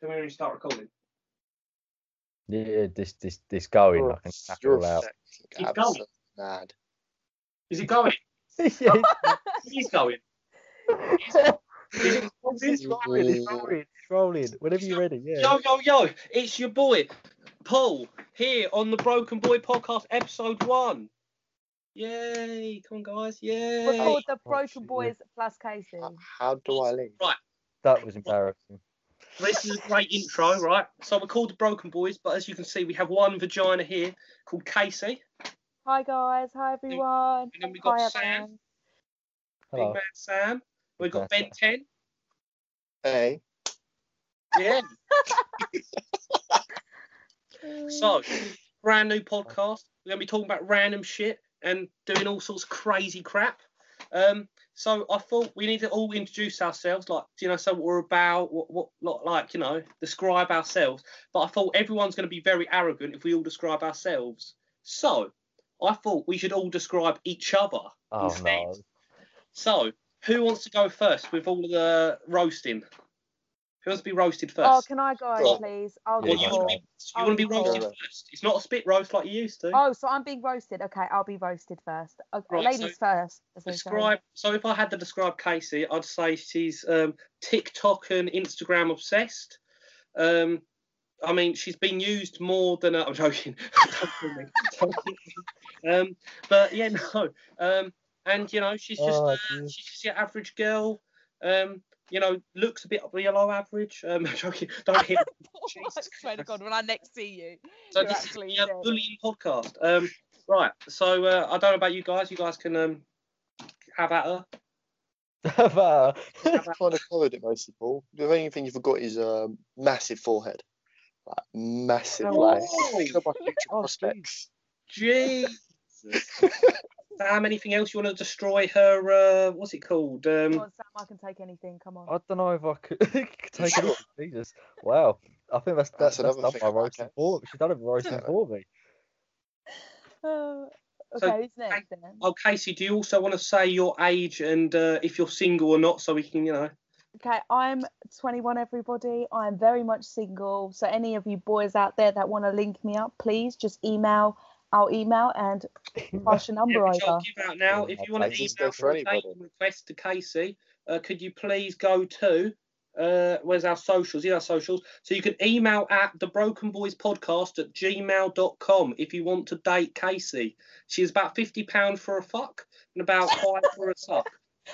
Can we already start recording? Yeah, this this this going. Oh, I can tap it You're all out. Keep absolute going. mad. Is it going? yeah, It is going. it's, it's rolling, it's rolling, it's rolling. Whenever you're ready, yeah. Yo, yo, yo. It's your boy, Paul, here on the Broken Boy Podcast, episode one. Yay. Come on, guys. We're Yay. called the Broken shit. Boys Plus Casey. Uh, H- Uh, How do I link? That was embarrassing. This is a great intro, right? So we're called the Broken Boys, but as you can see, we have one vagina here called Casey. Hi guys, hi everyone. then we got hi, Sam. everyone. Big Hello. man Sam. We've got Ben 10. Hey, Yeah. So, brand new podcast. We're gonna be talking about random shit and doing all sorts of crazy crap. Um, so I thought we need to all introduce ourselves, like you know, so what we're about, what what like, like you know, describe ourselves. But I thought everyone's gonna be very arrogant if we all describe ourselves. So I thought we should all describe each other. Oh instead. no. So who wants to go first with all the roasting? Who wants to be roasted first? Oh, can I go, Sure. please? I'll Well, Yeah, be you that's want roasted. to be, you want to be Oh, roasted yeah. first. It's not a spit roast like you used to. Oh, so I'm being roasted. Okay, I'll be roasted first. Okay, Right, ladies first. as they say. describe. So if I had to describe Casey, I'd say she's um, TikTok and Instagram obsessed. Um, I mean, she's been used more than i I'm joking. Don't kill me. Don't kill me. um, but yeah, no. Um, and you know, she's just Oh, uh, dear. she's just your average girl. Um, you know, looks a bit below average. Um, I'm joking. Don't hit. Oh, I swear to God, when I next see you, So you're this is actually the uh, dead. bullying podcast. Um, right. So uh, I don't know about you guys. You guys can um, have at her. Wow. Have at I kind of covered it mostly, Paul. The only thing you forgot is a um, massive forehead. Like, massive, Oh. like, think about future Oh, prospects. Jesus. Sam, anything else you want to destroy her? Uh, what's it called? Come Um, on, Sam, I can take anything. Come on. I don't know if I could take it. off. Jesus. Wow. I think that's that's, That's that's another done thing my about roasting Kat. for She's done it roasting Yeah. for me. Oh, So, okay, who's next then? oh, Casey, do you also want to say your age and uh, if you're single or not, so we can, you know? Okay, I'm 21, everybody. I'm very much single. So, any of you boys out there that want to link me up, please just email our email and Oh. pass your number Yeah, which I'll over. give out now. If you want Mate, to this goes email for for a anybody. dating request to Casey, uh, could you please go to uh, where's our socials? Is our socials? So you can email at the broken boys podcast at gmail.com if you want to date Casey. She's about fifty pounds for a fuck and about five for a suck.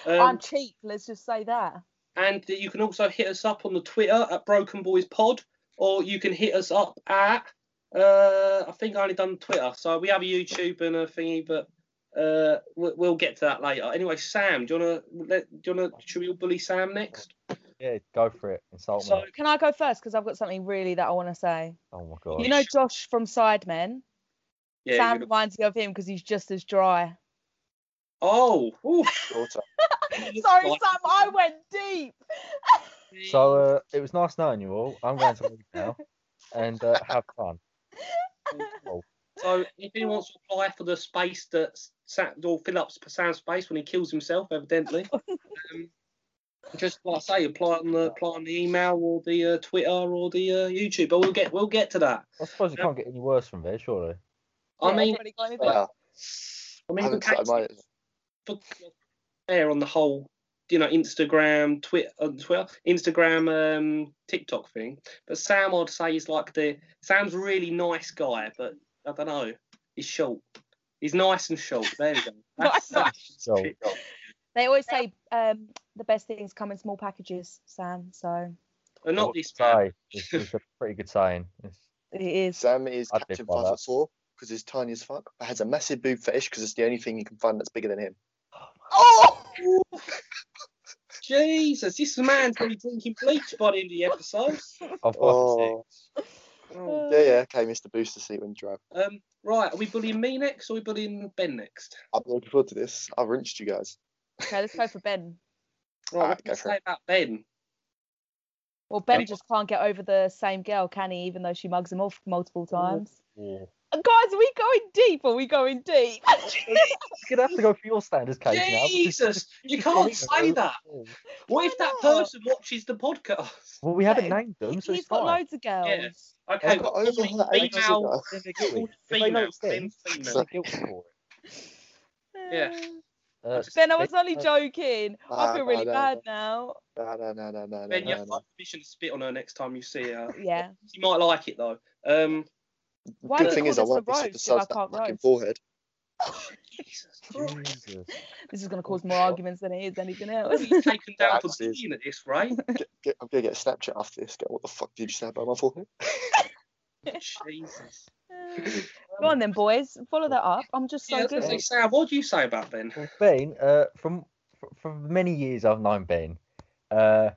Um, I'm cheap, let's just say that. and that you can also hit us up on the Twitter at Broken Boys Pod, or you can hit us up at uh, I think I only done Twitter, so we have a YouTube and a thingy, but uh, we- we'll get to that later. Anyway, Sam, do you wanna let, do you wanna should we all bully Sam next? yeah, go for it. Oh, Insult So me. Can I go first? Because I've got something really that I want to say. Oh my god. You know, Josh from Sidemen? yeah, Sam you- reminds me of him because he's just as dry. oh, ooh. Daughter. Sorry, Sam, I went deep. So uh, it was nice knowing you all. I'm going to leave now and uh, have fun. So if anyone wants to apply for the space that Sam, or fill up Sam's space when he kills himself, evidently, um, just like I say, apply on the apply on the email or the uh, Twitter or the uh, YouTube. But we'll get we'll get to that. I suppose it can't get any worse from there, surely. I mean, Anybody got anything? Yeah. I I mean, haven't the started mine. case- for- there on the whole, you know, Instagram, Twitter, on Twitter, Instagram, um, TikTok thing. But Sam, I'd say, is like the Sam's a really nice guy, but I don't know, he's short. He's nice and short. There we go. That's, that's Short. TikTok. They always say um, the best things come in small packages, Sam. So And not this man. guy. It's, it's a pretty good sign. It's- it is. Sam is I'd be Captain for 5 that. foot 4 because he's tiny as fuck, but has a massive boob fetish because it's the only thing you can find that's bigger than him. Oh! Jesus, this man's going to be drinking bleach by the end of the episode. I've got Oh. Uh. Oh. Yeah, yeah, okay, Mr. Booster Seat when you drive. Um, right, are we bullying me next or are we bullying Ben next? I'm looking forward to this. I've rinsed you guys. Okay, let's go for Ben. Right, Alright, what do Uh, go you for say about Ben? Well, Ben Any- just can't get over the same girl, can he? Even though she mugs him off multiple times. Oh, Guys, are we going deep? Are we going deep? You're gonna have to go for your standards, Kate. now, because- Jesus, you can't say that. What if that Why not? person watches the podcast? Well, we haven't No, named them, so He's it's got fine. loads of girls. Yeah. I've Okay, got well, over all that ages female, ago. Then they're all guilty. If they female, notice then them, female. they're guilty for it. Yeah. Uh, Then Eh. I was they- only uh, joking. I Ah, feel no, really no, bad now. No, no, no, no, no, no, Then you no, have no. permission to spit on her next time you see her. Yeah. She might like it though. Um, Why Good do you thing call is, I this a won't be roast if supersized I that can't fucking roast? forehead. Jesus Christ. Jesus. This is going to cause more arguments than it is anything else. You're taken down for Axes. being at this rate. Get, I'm gonna get a Snapchat after this. Go, what the fuck did you snap on my forehead? Jesus. Go on then, boys. Follow that up. I'm just so Yeah, good. that's at like, Sam, what do you say about Ben? Well, Ben, uh, from for, for many years I've known Ben, uh,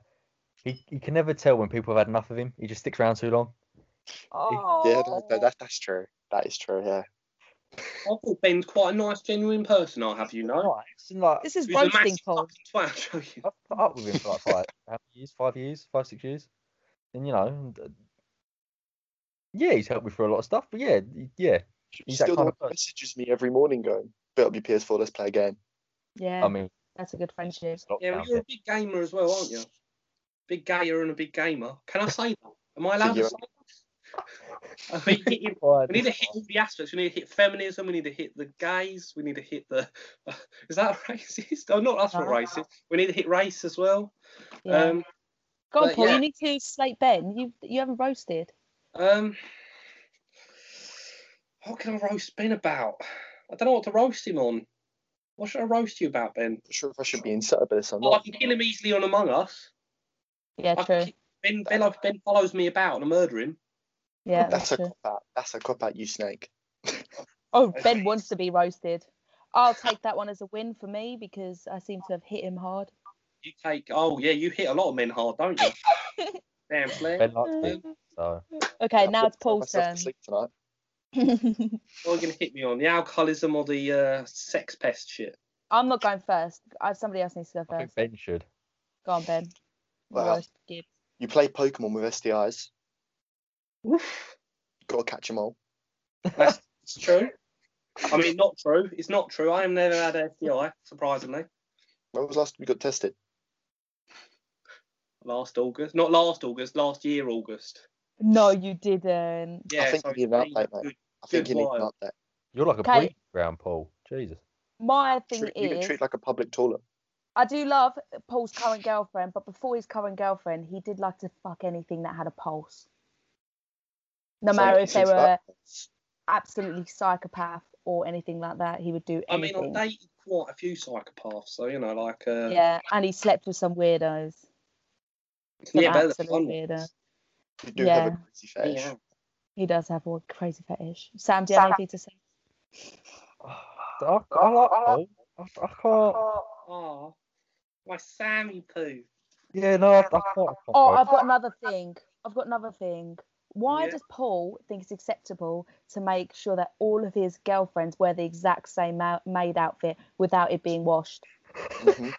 he, he can never tell when people have had enough of him. He just sticks around too long. Oh. Yeah, that, that, that, that's true. That is true. Yeah. I thought Ben's quite a nice, genuine person, I have you know. Right, it's like, This is He's a roasting massive pod. fucking twat, I tell you. I've put up with him for like five, how many years, five years, five six years, and you know, and, uh, yeah, he's helped me through a lot of stuff. But yeah, y- yeah, He's that still the kind one of who person. messages me every morning going, "Build up your PS4. Let's play a game." Yeah, I mean, that's a good friendship. it's lockdown, Yeah, well, you're a big gamer as well, aren't you? Big gayer and a big gamer. Can I say that? Am I allowed to Yeah. say that? I mean, hit him- Fine. we need to hit all the aspects. We need to hit feminism. We need to hit the gays. We need to hit the. is that racist? Oh, not that's not No. racist. We need to hit race as well. Uh-huh. Yeah. Um, Go on, but Paul. yeah. You need to slate Ben. You you haven't roasted. Um, what can I roast Ben about? I don't know what to roast him on. What should I roast you about, Ben? Not sure if I should be inside by this. I'm Well, I not. can kill him easily on Among Us. Yeah, I true. can, ben, ben, like, ben follows me about and I murder him. Yeah, That's that's a true. cop out. That's a cop out. You snake. Oh, Ben wants to be roasted. I'll take that one as a win for me because I seem to have hit him hard. You take. Oh yeah, you hit a lot of men hard, don't you? Damn, Flair. Ben likes me, so Okay, I've now got it's to put Paul's myself turn. to sleep tonight. What are you gonna hit me on? The alcoholism or the uh, sex pest shit? I'm not going first. I, somebody else needs to go I think first. Ben should. Go on, Ben. Your Wow. roast begins. You play Pokemon with STIs. Oof. Got to catch 'em all. That's it's true. I mean, not true. It's not true. I have never had a STI, surprisingly. When was the last time you got tested? Last August, not last August, last year August. No, you didn't. Yeah, think so we it's need an been update, mate. good. I think Good you need an while. update. You're like a Okay. breeding ground, Paul. Jesus. My thing Treat, you is, can treat like a public toilet. I do love Paul's current girlfriend, but before his current girlfriend, he did like to fuck anything that had a pulse. No So, matter if they since were that- absolutely psychopath or anything like that, he would do I mean, anything. Mm-hmm. I've dated quite a few psychopaths, so you know, like uh, yeah, and he slept with some weirdos. Some yeah, but absolute fun weirdo. ones. You do have a Yeah. crazy fetish. Yeah. He does have a crazy fetish. Sam, do you have anything to say? I, I like Paul. I, I can't. Oh, my Sammy poo. Yeah, no, I, I can't. I can't Oh, vote. I've got another thing. I've got another thing. Why Yeah. does Paul think it's acceptable to make sure that all of his girlfriends wear the exact same ma- maid outfit without it being washed? Mhm.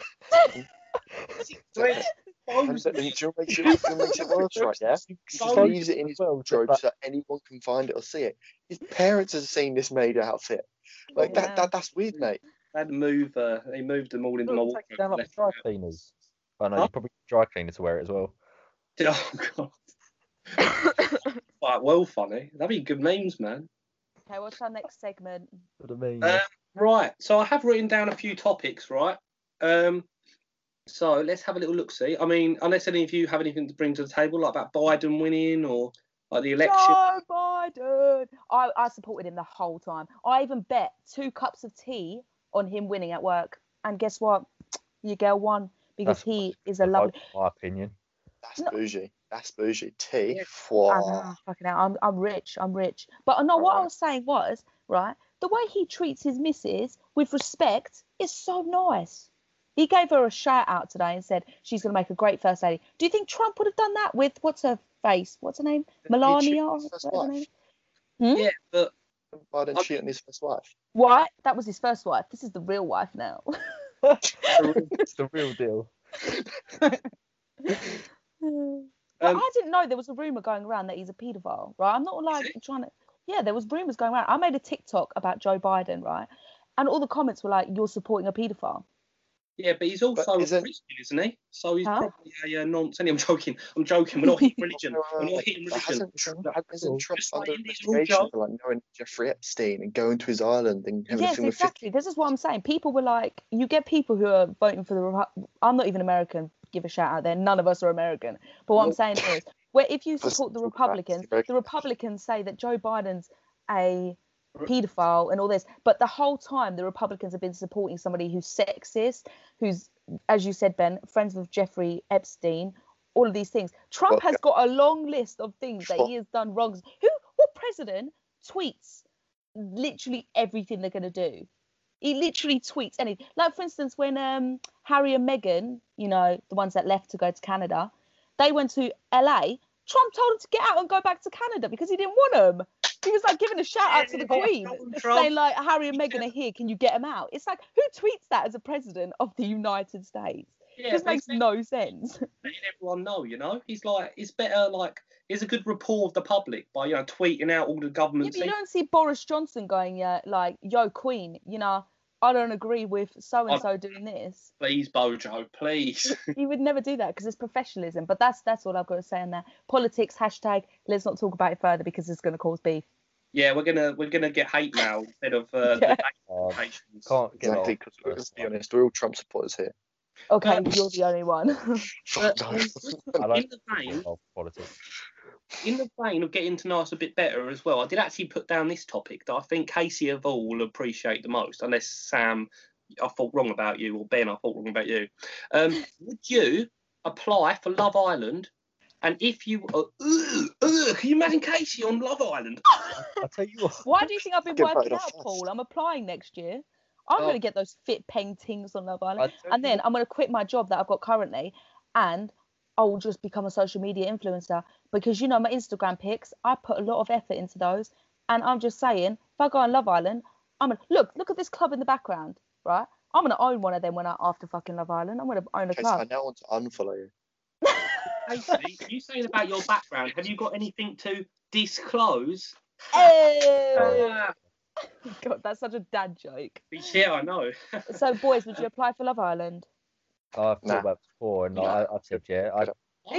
Great. And then Jill makes it, Jill makes it worse, right? Yeah. He just Bones leaves it in his well, but wardrobe that- so that anyone can find it or see it. His parents have seen this maid outfit. Like Yeah. that, that. That's weird, mate. They had to move. Uh, they moved them all into my Well, take it down wardrobe. like dry cleaners. I know Huh? you probably need dry cleaner to wear it as well. Oh god. Right, Oh, well, funny. That'd be good memes, man. Okay, what's our next segment? What I mean, Uh, Right. So I have written down a few topics, right? Um, so let's have a little look. See, I mean, unless any of you have anything to bring to the table, like about Biden winning or like the election. Joe Biden. I, I supported him the whole time. I even bet two cups of tea on him winning at work. And guess what? Your girl won because That's he is a I lovely. vote for my opinion. That's No. Uh-huh. bougie. That's bougie. T. Yeah. I Wow. know, oh, fucking hell, I'm, I'm rich. I'm rich. But I know what I Right. was saying was, right, the way he treats his missus with respect is so nice. He gave her a shout out today and said she's going to make a great first lady. Do you think Trump would have done that with what's her face? What's her name? Melania? or That's whatever her nice. name is? Yeah, but Why didn't I'm- she and his first wife? What? That was his first wife. This is the real wife now. It's the real deal. but um, I didn't know there was a rumor going around that he's a paedophile, right? I'm not like he? trying to. yeah, there was rumors going around. I made a TikTok about Joe Biden, right? And all the comments were like, "You're supporting a paedophile." Yeah, but he's also a But is it- Christian, isn't he? So he's Huh? probably a uh, nonce. I'm joking. I'm joking. We're not hitting religion. We're Uh, not hitting But religion. hasn't Trump, hasn't Trump Just like under in these all investigation jobs. for like knowing Jeffrey Epstein and going to his island and having yes, a film exactly. This is what I'm saying. People were like, you get people who are voting for the. Repu- I'm not even American. Give a shout out there. None of us are American. But what I'm Nope. saying is, where if you Let's support the talk about this, Republicans, okay? the Republicans say that Joe Biden's a Re- paedophile and all this, but the whole time the Republicans have been supporting somebody who's sexist, who's, as you said, Ben, friends with Jeffrey Epstein, all of these things. Trump Well, has got a long list of things that he has done wrongs. Who, what president tweets literally everything they're going to do? He literally tweets anything. Like for instance, when um Harry and Meghan, you know, the ones that left to go to Canada, they went to LA. Trump told them to get out and go back to Canada because he didn't want them. He was like giving a shout out to the Yeah, Queen, Donald Trump. saying like Harry and Meghan are here. Can you get them out? It's like who tweets that as a president of the United States? Yeah, this but makes he's no sense. letting everyone know, you know? He's like, it's better, like, he's a good rapport with the public by, you know, tweeting out all the Yeah, government but you things. don't see Boris Johnson going yeah, like yo Queen, you know. I don't agree with so and so doing this. Please, Bojo, please. He would never do that because it's professionalism. But that's that's all I've got to say on that. Politics hashtag. Let's not talk about it further because it's going to cause beef. yeah, we're gonna we're gonna get hate now instead of uh, Yeah. Uh, the patients. can't get uh, Exactly, exactly. because let's be honest, we're all Trump supporters here. Okay, Uh, Um, you're the only one. But Fuck no. in, I like in the vein, of politics. in the vein of getting to know us a bit better as well, I did actually put down this topic that I think Casey of all will appreciate the most, unless Sam, I thought wrong about you, or Ben, I thought wrong about you. Um, would you apply for Love Island? And if you, uh, ugh, ugh, can you imagine Casey on Love Island? I tell you what, Why do you think I've been Get voted working out, off first. Paul? I'm applying next year. I'm Oh. going to get those fit paintings on Love Island. I tell and you then I'm going to quit my job that I've got currently and I'll just become a social media influencer because you know my Instagram pics, I put a lot of effort into those. And I'm just saying, if I go on Love Island, I'm going to look, look at this club in the background, right? I'm going to own one of them when I after fucking Love Island. I'm going to own a Okay, so I club. now want to unfollow you. Casey, you saying about your background, have you got anything to disclose? Hey! Ah, God, that's such a dad joke. yeah, I know. So, boys, would you apply for Love Island? I've thought Nah. about this before, and like, I, I said, yeah, I, Good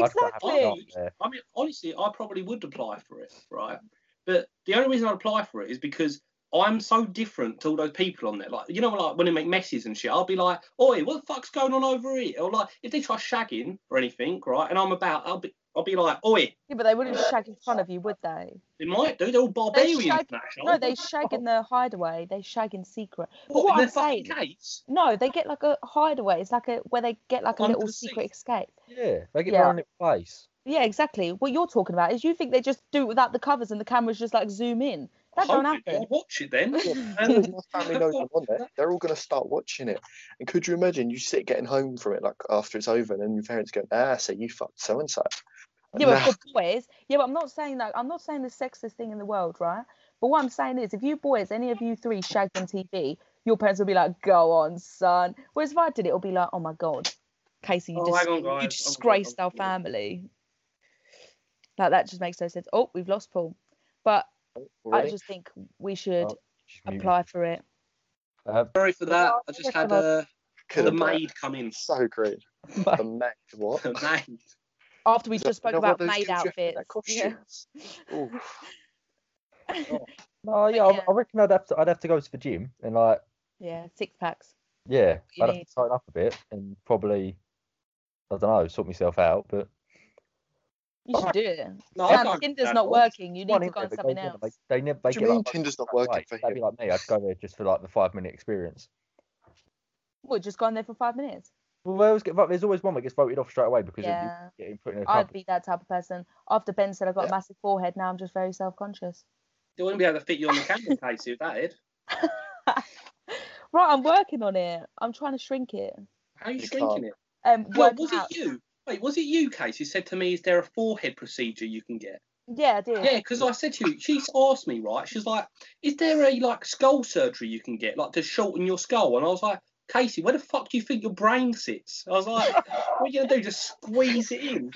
I'd quite happily Exactly. go up there. I mean, honestly, I probably would apply for it, right? But the only reason I'd apply for it is because I'm so different to all those people on there. Like, you know, like when they make messes and shit, I'll be like, "Oi, what the fuck's going on over here?" Or like, if they try shagging or anything, right? And I'm about, I'll be, I'll be like, "Oi, Yeah, but they wouldn't shag in front of you, would they? they might do. They're all barbarians shag- now." No, they shag in the hideaway. They shag in secret. What, in what I'm their fucking saying- case? No, they get like a hideaway. It's like a where they get like a Under little the secret seat. escape. Yeah, they get Yeah. their own little place. Yeah, exactly. What you're talking about is you think they just do it without the covers and the cameras just like zoom in. That I don't hope they happen. do. watch it then. Yeah, my family knows I'm on there. They're all going to start watching it. And could you imagine you sit getting home from it like after it's over, and then your parents go, "Ah, so you fucked so and so." Yeah, but for boys, yeah, but I'm not saying that. I'm not saying the sexiest thing in the world, right? But what I'm saying is, if you boys, any of you three, shagged on TV, your parents will be like, "Go on, son." Whereas if I did, it will be like, "Oh my god, Casey, you, Oh, dis- hang on, guys. I'm you sorry, disgraced I'm our sorry. family." Like that just makes no sense. Oh, we've lost Paul, but I just think we should Oh, She's muted. apply for it. Uh, Sorry for that. I just had uh, the have maid come in. So great. The maid, what? The maid. After we Is that- just spoke you know what about those maid dudes have in outfits. their Yeah. costumes? Ooh. no, yeah, yeah. I, I reckon I'd have to. I'd have to go to the gym and like, yeah, six packs. yeah, you I'd have need. to tighten up a bit and probably, I don't know, sort myself out. But You should do it. No, Oh, I Sam, don't- Tinder's no, not working. You need One to in go there on that something goes in, else. They, they never. They Do get you mean like, Tinder's not that working rate. for That'd be you? like me. I'd go there just for like the five minute experience. What, just go on there for five minutes? Well, they always get, but there's always one that gets voted off straight away because of Yeah. you getting put in a I'd company. be that type of person. After Ben said I got a Yeah. massive forehead, now I'm just very self conscious. They wouldn't be able to fit you on the camera, Casey, if that is. Right, I'm working on it. I'm trying to shrink it. How are you You shrinking can't. it? Um, Well, work was out. it you? Wait, was it you, Case, who said to me, is there a forehead procedure you can get? Yeah, I did. Yeah, because I said to you, she's asked me, right? She's like, is there a like skull surgery you can get, like to shorten your skull? And I was like, Casey, where the fuck do you think your brain sits? I was like, what are you gonna do? Just squeeze it in.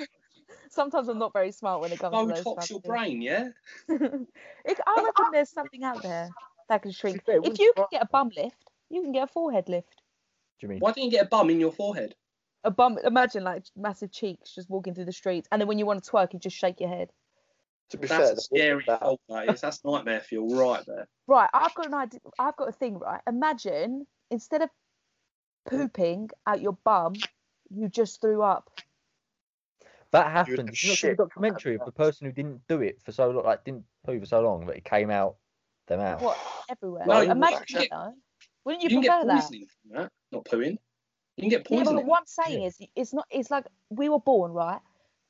Sometimes I'm not very smart when it comes to those. Botox your type brain, yeah? of things. If- I reckon there's something out there that can shrink. fair, it If wouldn't you can surprise get a bum lift, you can get a forehead lift. Do you mean? Why don't you get a bum in your forehead? A bum. Imagine like massive cheeks just walking through the streets, and then when you want to twerk, you just shake your head. To be That's fair, a there wasn't scary that. thought, that is. That's nightmare for you right there. Right, I've got an idea. I've got a thing. Right, imagine instead of pooping out your bum, you just threw up. That would happened. have Did you not see the shit documentary of the person who didn't do it for so long, like didn't poo for so long that it came out their mouth? What everywhere? No, you imagine actually- that. though. Wouldn't you, You, can prefer get that? poisoning from that, not pooing. You can get Yeah, but poisoning. what I'm saying is, it's not. It's like we were born, right?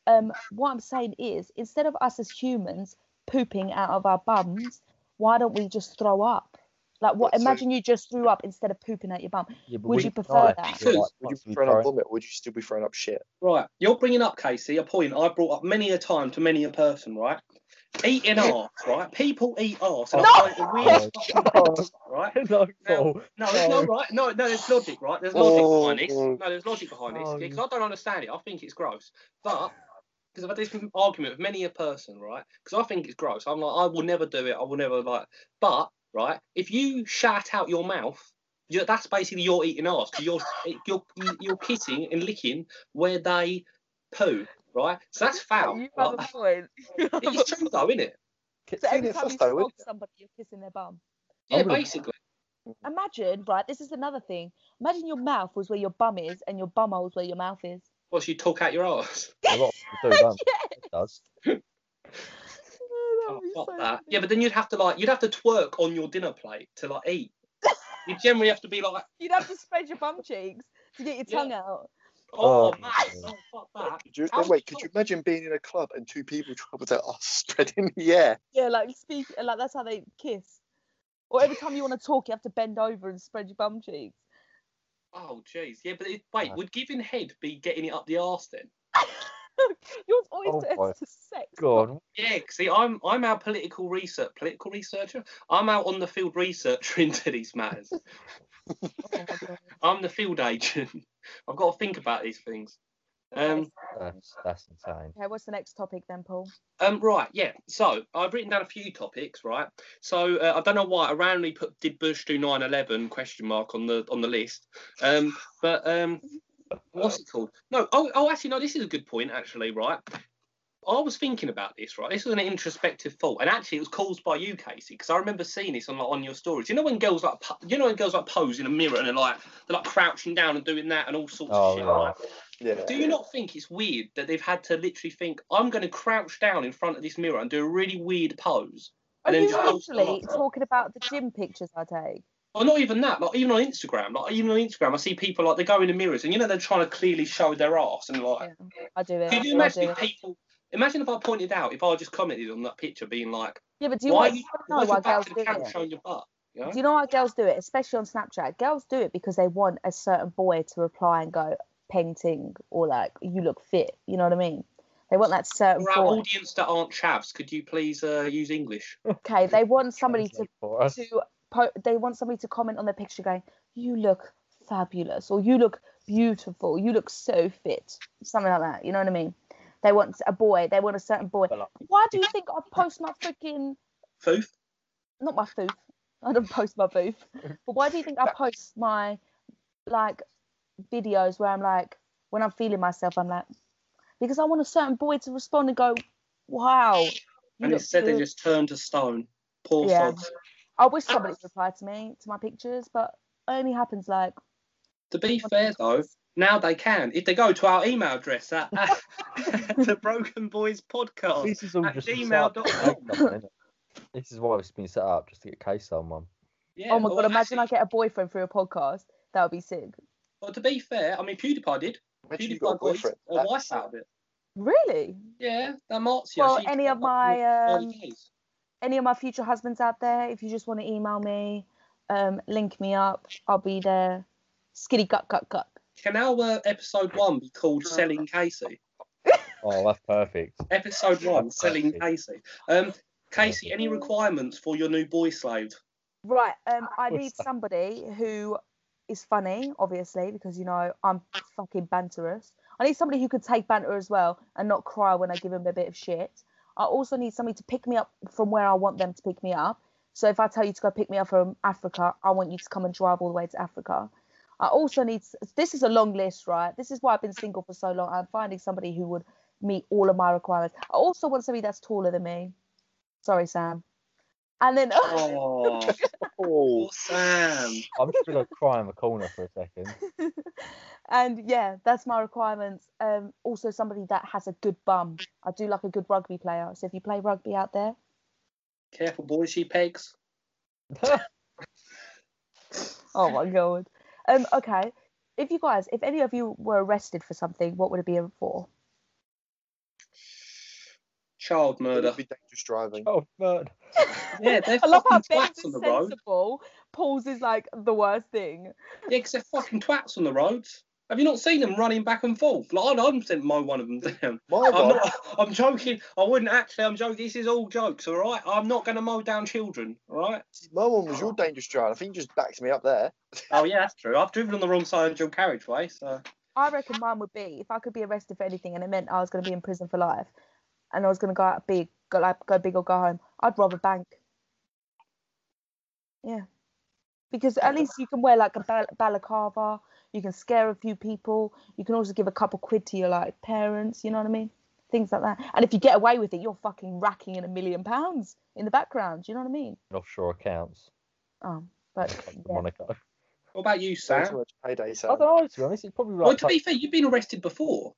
Um, what I'm saying is, instead of us as humans pooping out of our bums, why don't we just throw up? Like, what? That's so- imagine you just threw up instead of pooping out your bum. Yeah, but we Would you didn't prefer die. that? We were, like, Would you constantly be throwing up throwing- vomit? Or would you still be throwing up shit? Right, you're bringing up, Casey, a point I brought up many a time to many a person, right? Eating arse, right? People eat arse. And I No! find it the weirdest fucking Oh, thing, right? no, Now- Paul. No, there's no right. No, no, there's logic, right? There's logic Oh, behind this. oh. No, there's logic behind this Oh, because I don't understand it. I think it's gross, but because I've had this argument with many a person, right? Because I think it's gross. I'm like, I will never do it. I will never like. But right, if you shout out your mouth, you that's basically you're eating ass. 'cause You're you're you're kissing and licking where they poo, right? So that's foul. You have Like, a point. it's true though, isn't it? So Yeah, every time you that's though, flog isn't it? somebody, you're kissing their bum. I Yeah, would've- basically. Imagine, right? This is another thing. Imagine your mouth was where your bum is, and your bum hole is where your mouth is. What you talk out your ass? A lot of people do, don't they? It does. Oh, fuck that. Yeah, but then you'd have to like you'd have to twerk on your dinner plate to like eat. you generally have to be like, You'd have to spread your bum cheeks to get your Yeah. tongue out. oh, Oh, man, God. oh, fuck that. Could you, How then wait, would could you- you imagine being in a club and two people trying with their arse spread in the air? Yeah, like speak, like that's how they kiss. Or every time you want to talk, you have to bend over and spread your bum cheeks. Oh jeez, yeah, but it, wait, Uh. would giving head be getting it up the arse then? Yours always Oh, turns boy. to sex. God, Yeah, see, I'm I'm our political research political researcher. I'm out on the field researcher into these matters. Oh my God. I'm the field agent. I've got to think about these things. Um, that's, that's insane. Okay, what's the next topic then, Paul? Um, right, yeah. So I've written down a few topics, right? So uh, I don't know why I randomly put did Bush do 9/11 question mark on the on the list. Um, but um, what's it called? No, oh, oh, actually, no. This is a good point, actually, right? I was thinking about this, right? This was an introspective thought, and actually, it was caused by you, Casey, because I remember seeing this on like, on your stories. You know when girls like po- you know when girls like pose in a mirror and they're like they're like crouching down and doing that and all sorts Oh, of shit. yeah. Right? Yeah. Do you not think it's weird that they've had to literally think, I'm going to crouch down in front of this mirror and do a really weird pose? Are And then you just post them usually up. talking about the gym pictures I take? Or not even that, like even on Instagram, like even on Instagram, I see people like they go in the mirrors and you know they're trying to clearly show their ass and like, Yeah, I do it. could you I do imagine it. if people? Imagine if I pointed out, if I just commented on that picture, being like, Yeah, but do you "Why want- are you I don't why know is your why back girls to do the camera it? showing your butt?" Yeah. Do you know why girls do it, especially on Snapchat? Girls do it because they want a certain boy to reply and go painting or like you look fit. You know what I mean? They want that certain For our boy. audience that aren't chavs, could you please uh, use English? Okay, they want somebody to Translate for us. to po- they want somebody to comment on their picture going, "You look fabulous," or "You look beautiful," "You look so fit," something like that. You know what I mean? They want a boy. They want a certain boy. But, like, Why do you think I post my freaking Foof. not my foof? I don't post my foof. But why do you think I post my like videos where I'm like when I'm feeling myself, I'm like because I want a certain boy to respond and go, "Wow." you And look instead, they good." just turned to stone. Poor Yeah. sods. I wish somebody would reply to me to my pictures, but it only happens like To be fair though, now they can if they go to our email address at, at the Broken Boys Podcast. This is all at just set gmail up to dot make com. someone, isn't it? This is why it's been set up just to get case someone. Yeah, oh my or god, imagine I actually- get a boyfriend through a podcast. That would be sick. Well, to be fair, I mean PewDiePie did. Imagine you PewDiePie got a got his- boyfriend. a wife out of it. Really? Yeah, that Marzia. well, she- any of my early um, days. any of my future husbands out there, if you just want to email me, um, link me up. I'll be there. Skitty gut gut gut. Can our uh, episode one be Uh, called Selling Casey? Oh, that's perfect. Episode one, That's Selling perfect. Casey. Um, Casey, any requirements for your new boy slave? Right. Um, I What's need that? somebody who is funny, obviously, because you know I'm fucking banterous. I need somebody who could take banter as well and not cry when I give them a bit of shit. I also need somebody to pick me up from where I want them to pick me up. So if I tell you to go pick me up from Africa, I want you to come and drive all the way to Africa. I also need this is a long list, right? This is why I've been single for so long. I'm finding somebody who would meet all of my requirements. I also want somebody that's taller than me. Sorry, Sam. And then Oh, Oh, poor Sam. I'm just gonna cry in the corner for a second. and yeah, that's my requirements. Um, also somebody that has a good bum. I do like a good rugby player. So if you play rugby out there, Careful, boys, she pegs. oh my god. Um, okay. If you guys, if any of you were arrested for something, what would it be for? Child it murder. would be dangerous driving. oh, but Yeah, they're I love how fucking Ben's twats on is the road. sensible. Paul's is like the worst thing. Yeah, 'cause they're fucking twats on the roads. Have you not seen them running back and forth? Like, I'd, I'd send my one of them down. My I'm, God, not, I'm joking. I wouldn't actually. I'm joking. This is all jokes, all right? I'm not going to mow down children, all right? my one was your dangerous driving. I think you just backed me up there. Oh, yeah, that's true. I've driven on the wrong side of your carriageway, so. I reckon mine would be if I could be arrested for anything and it meant I was going to be in prison for life, and I was going to go out big, go like go big or go home. I'd rob a bank. Yeah, because at least you can wear like a bal- balaclava. You can scare a few people. You can also give a couple quid to your like parents. You know what I mean? Things like that. And if you get away with it, you're fucking racking in a million pounds in the background. You know what I mean? offshore accounts, Um, but like yeah. Monaco. What about you, That's Sam? much payday, I don't Sam. know. To be honest, it's probably right. Well, to be fair, you've been arrested before.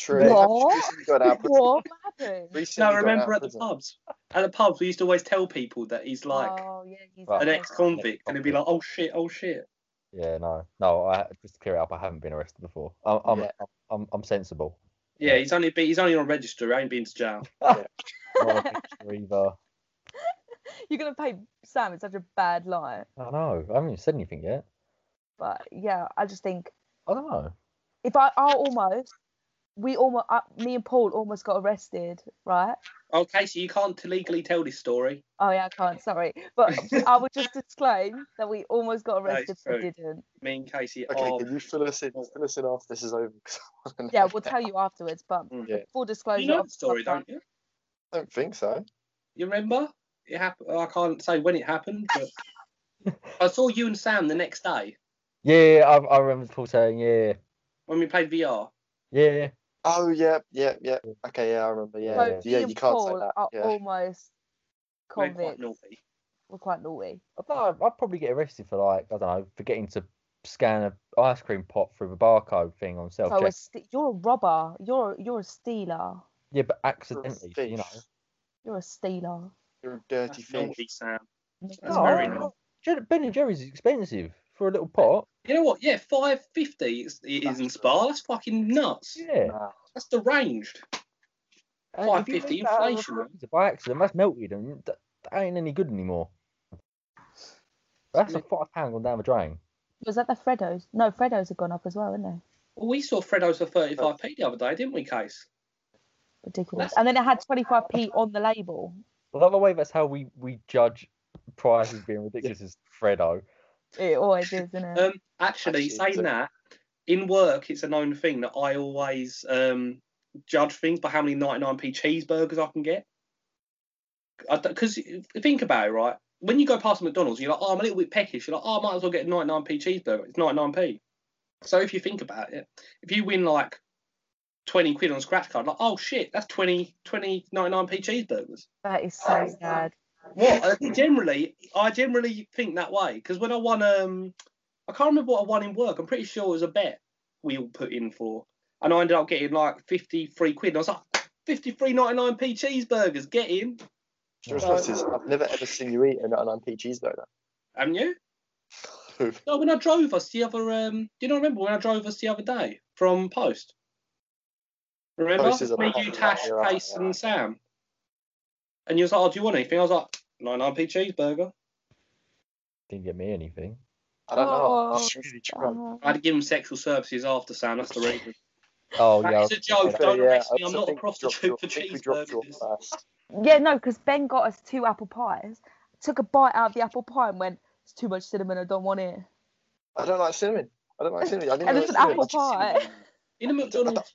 True. What? I've recently got out of prison. what happened? Recently No, got out remember of at the prison. pubs? At the pubs, we used to always tell people that he's like oh yeah, he's Well, an okay. ex convict, and they'd be like, oh shit, oh shit. yeah, no, no. I just to clear it up. I haven't been arrested before. I'm, I'm, Yeah. I'm, I'm, I'm sensible. Yeah, he's only been, he's only on register. He ain't been to jail. I'm not a big retriever. You're gonna pay Sam. It's such a bad lie. I don't know. I haven't even said anything yet. But yeah, I just think I don't know. if I, I almost, we almost, I, me and Paul almost got arrested, right? Oh, Casey, you can't legally tell this story. Oh yeah, I can't. Sorry, but I would just disclaim that we almost got it's arrested, but true. didn't. Me and Casey Okay, are. can you fill us in? Fill us in after this is over. 'cause I wanna Yeah, know. we'll tell you afterwards. But Mm. Yeah. full disclosure, You know of the story, podcast- don't you? I don't think so. You remember? It happened. I can't say when it happened, but I saw you and Sam the next day Yeah, I, I remember Paul saying, yeah, when we played VR. yeah. Oh yeah, yeah, yeah. Okay, yeah, I remember. Yeah, So Yeah. yeah. me and you can't Paul say that. are Yeah. almost We're convicts. quite naughty. We're quite naughty. I don't know, I'd probably get arrested for like I don't know, forgetting to scan a ice cream pot through the barcode thing on self So a check. st- you're a robber. You're you're a stealer. Yeah, but accidentally, so, you know. thief. You're a stealer. You're a dirty That's thing. naughty, Sam. That's No, very I'm nice. not- Jer- Ben and Jerry's is expensive for a little pot. You know what? Yeah, five fifty is it is That's in right. Spa. That's fucking nuts. Yeah, Nah. That's deranged. And if 5.50 you leave that out of the inflation, man. freezer By accident, that's melted, and that, that ain't any good anymore. That's a five pound gone down the drain. Was that the Freddos? No, Freddos have gone up as well, haven't they? Well, we saw Fredo's for thirty five p the other day, didn't we, Case? Ridiculous. And then it had 25p on the label. Well, the other way, that's how we we judge prices being ridiculous is Fredo. It always is, isn't it? Um, actually, Actually, saying so- that, in work, it's a known thing that I always um, judge things by how many 99p cheeseburgers I can get. Because think about it, right? When you go past McDonald's, you're like, oh, I'm a little bit peckish. You're like, oh, I might as well get a 99p cheeseburger. It's 99p. So if you think about it, if you win like 20 quid on a scratch card, like, oh shit, that's 20, 20 99p cheeseburgers. that is so sad. Well, uh, generally, I generally think that way because when I won, um, I can't remember what I won in work. I'm pretty sure it was a bet we all put in for, and I ended up getting like 53 quid. And I was like, 53.99p cheeseburgers, get in, Your response is, I've never ever seen you eat a 99p cheeseburger. haven't you? No, when I drove us the other, um, do you not remember when I drove us the other day from Post? Remember, Post is a me, pain you, in the Tash, ass, you're right, Case, you're and right. Sam, and you was like, oh, do you want anything? I was like, 99p cheeseburger. Didn't get me anything. I don't know. I Oh, just really tried. Ah. I had to give him sexual services after Sam. That's the reason. Oh yeah, That's a joke. Okay, Don't yeah, arrest I me. I'm also not a think we dropped prostitute your- for I think we dropped your cheeseburgers. first. yeah, no, because Ben got us two apple pies, took a bite out of the apple pie and went, it's too much cinnamon, I don't want it. I don't like cinnamon. I don't like cinnamon. I didn't And like it's an cinnamon. apple pie. In a McDonald's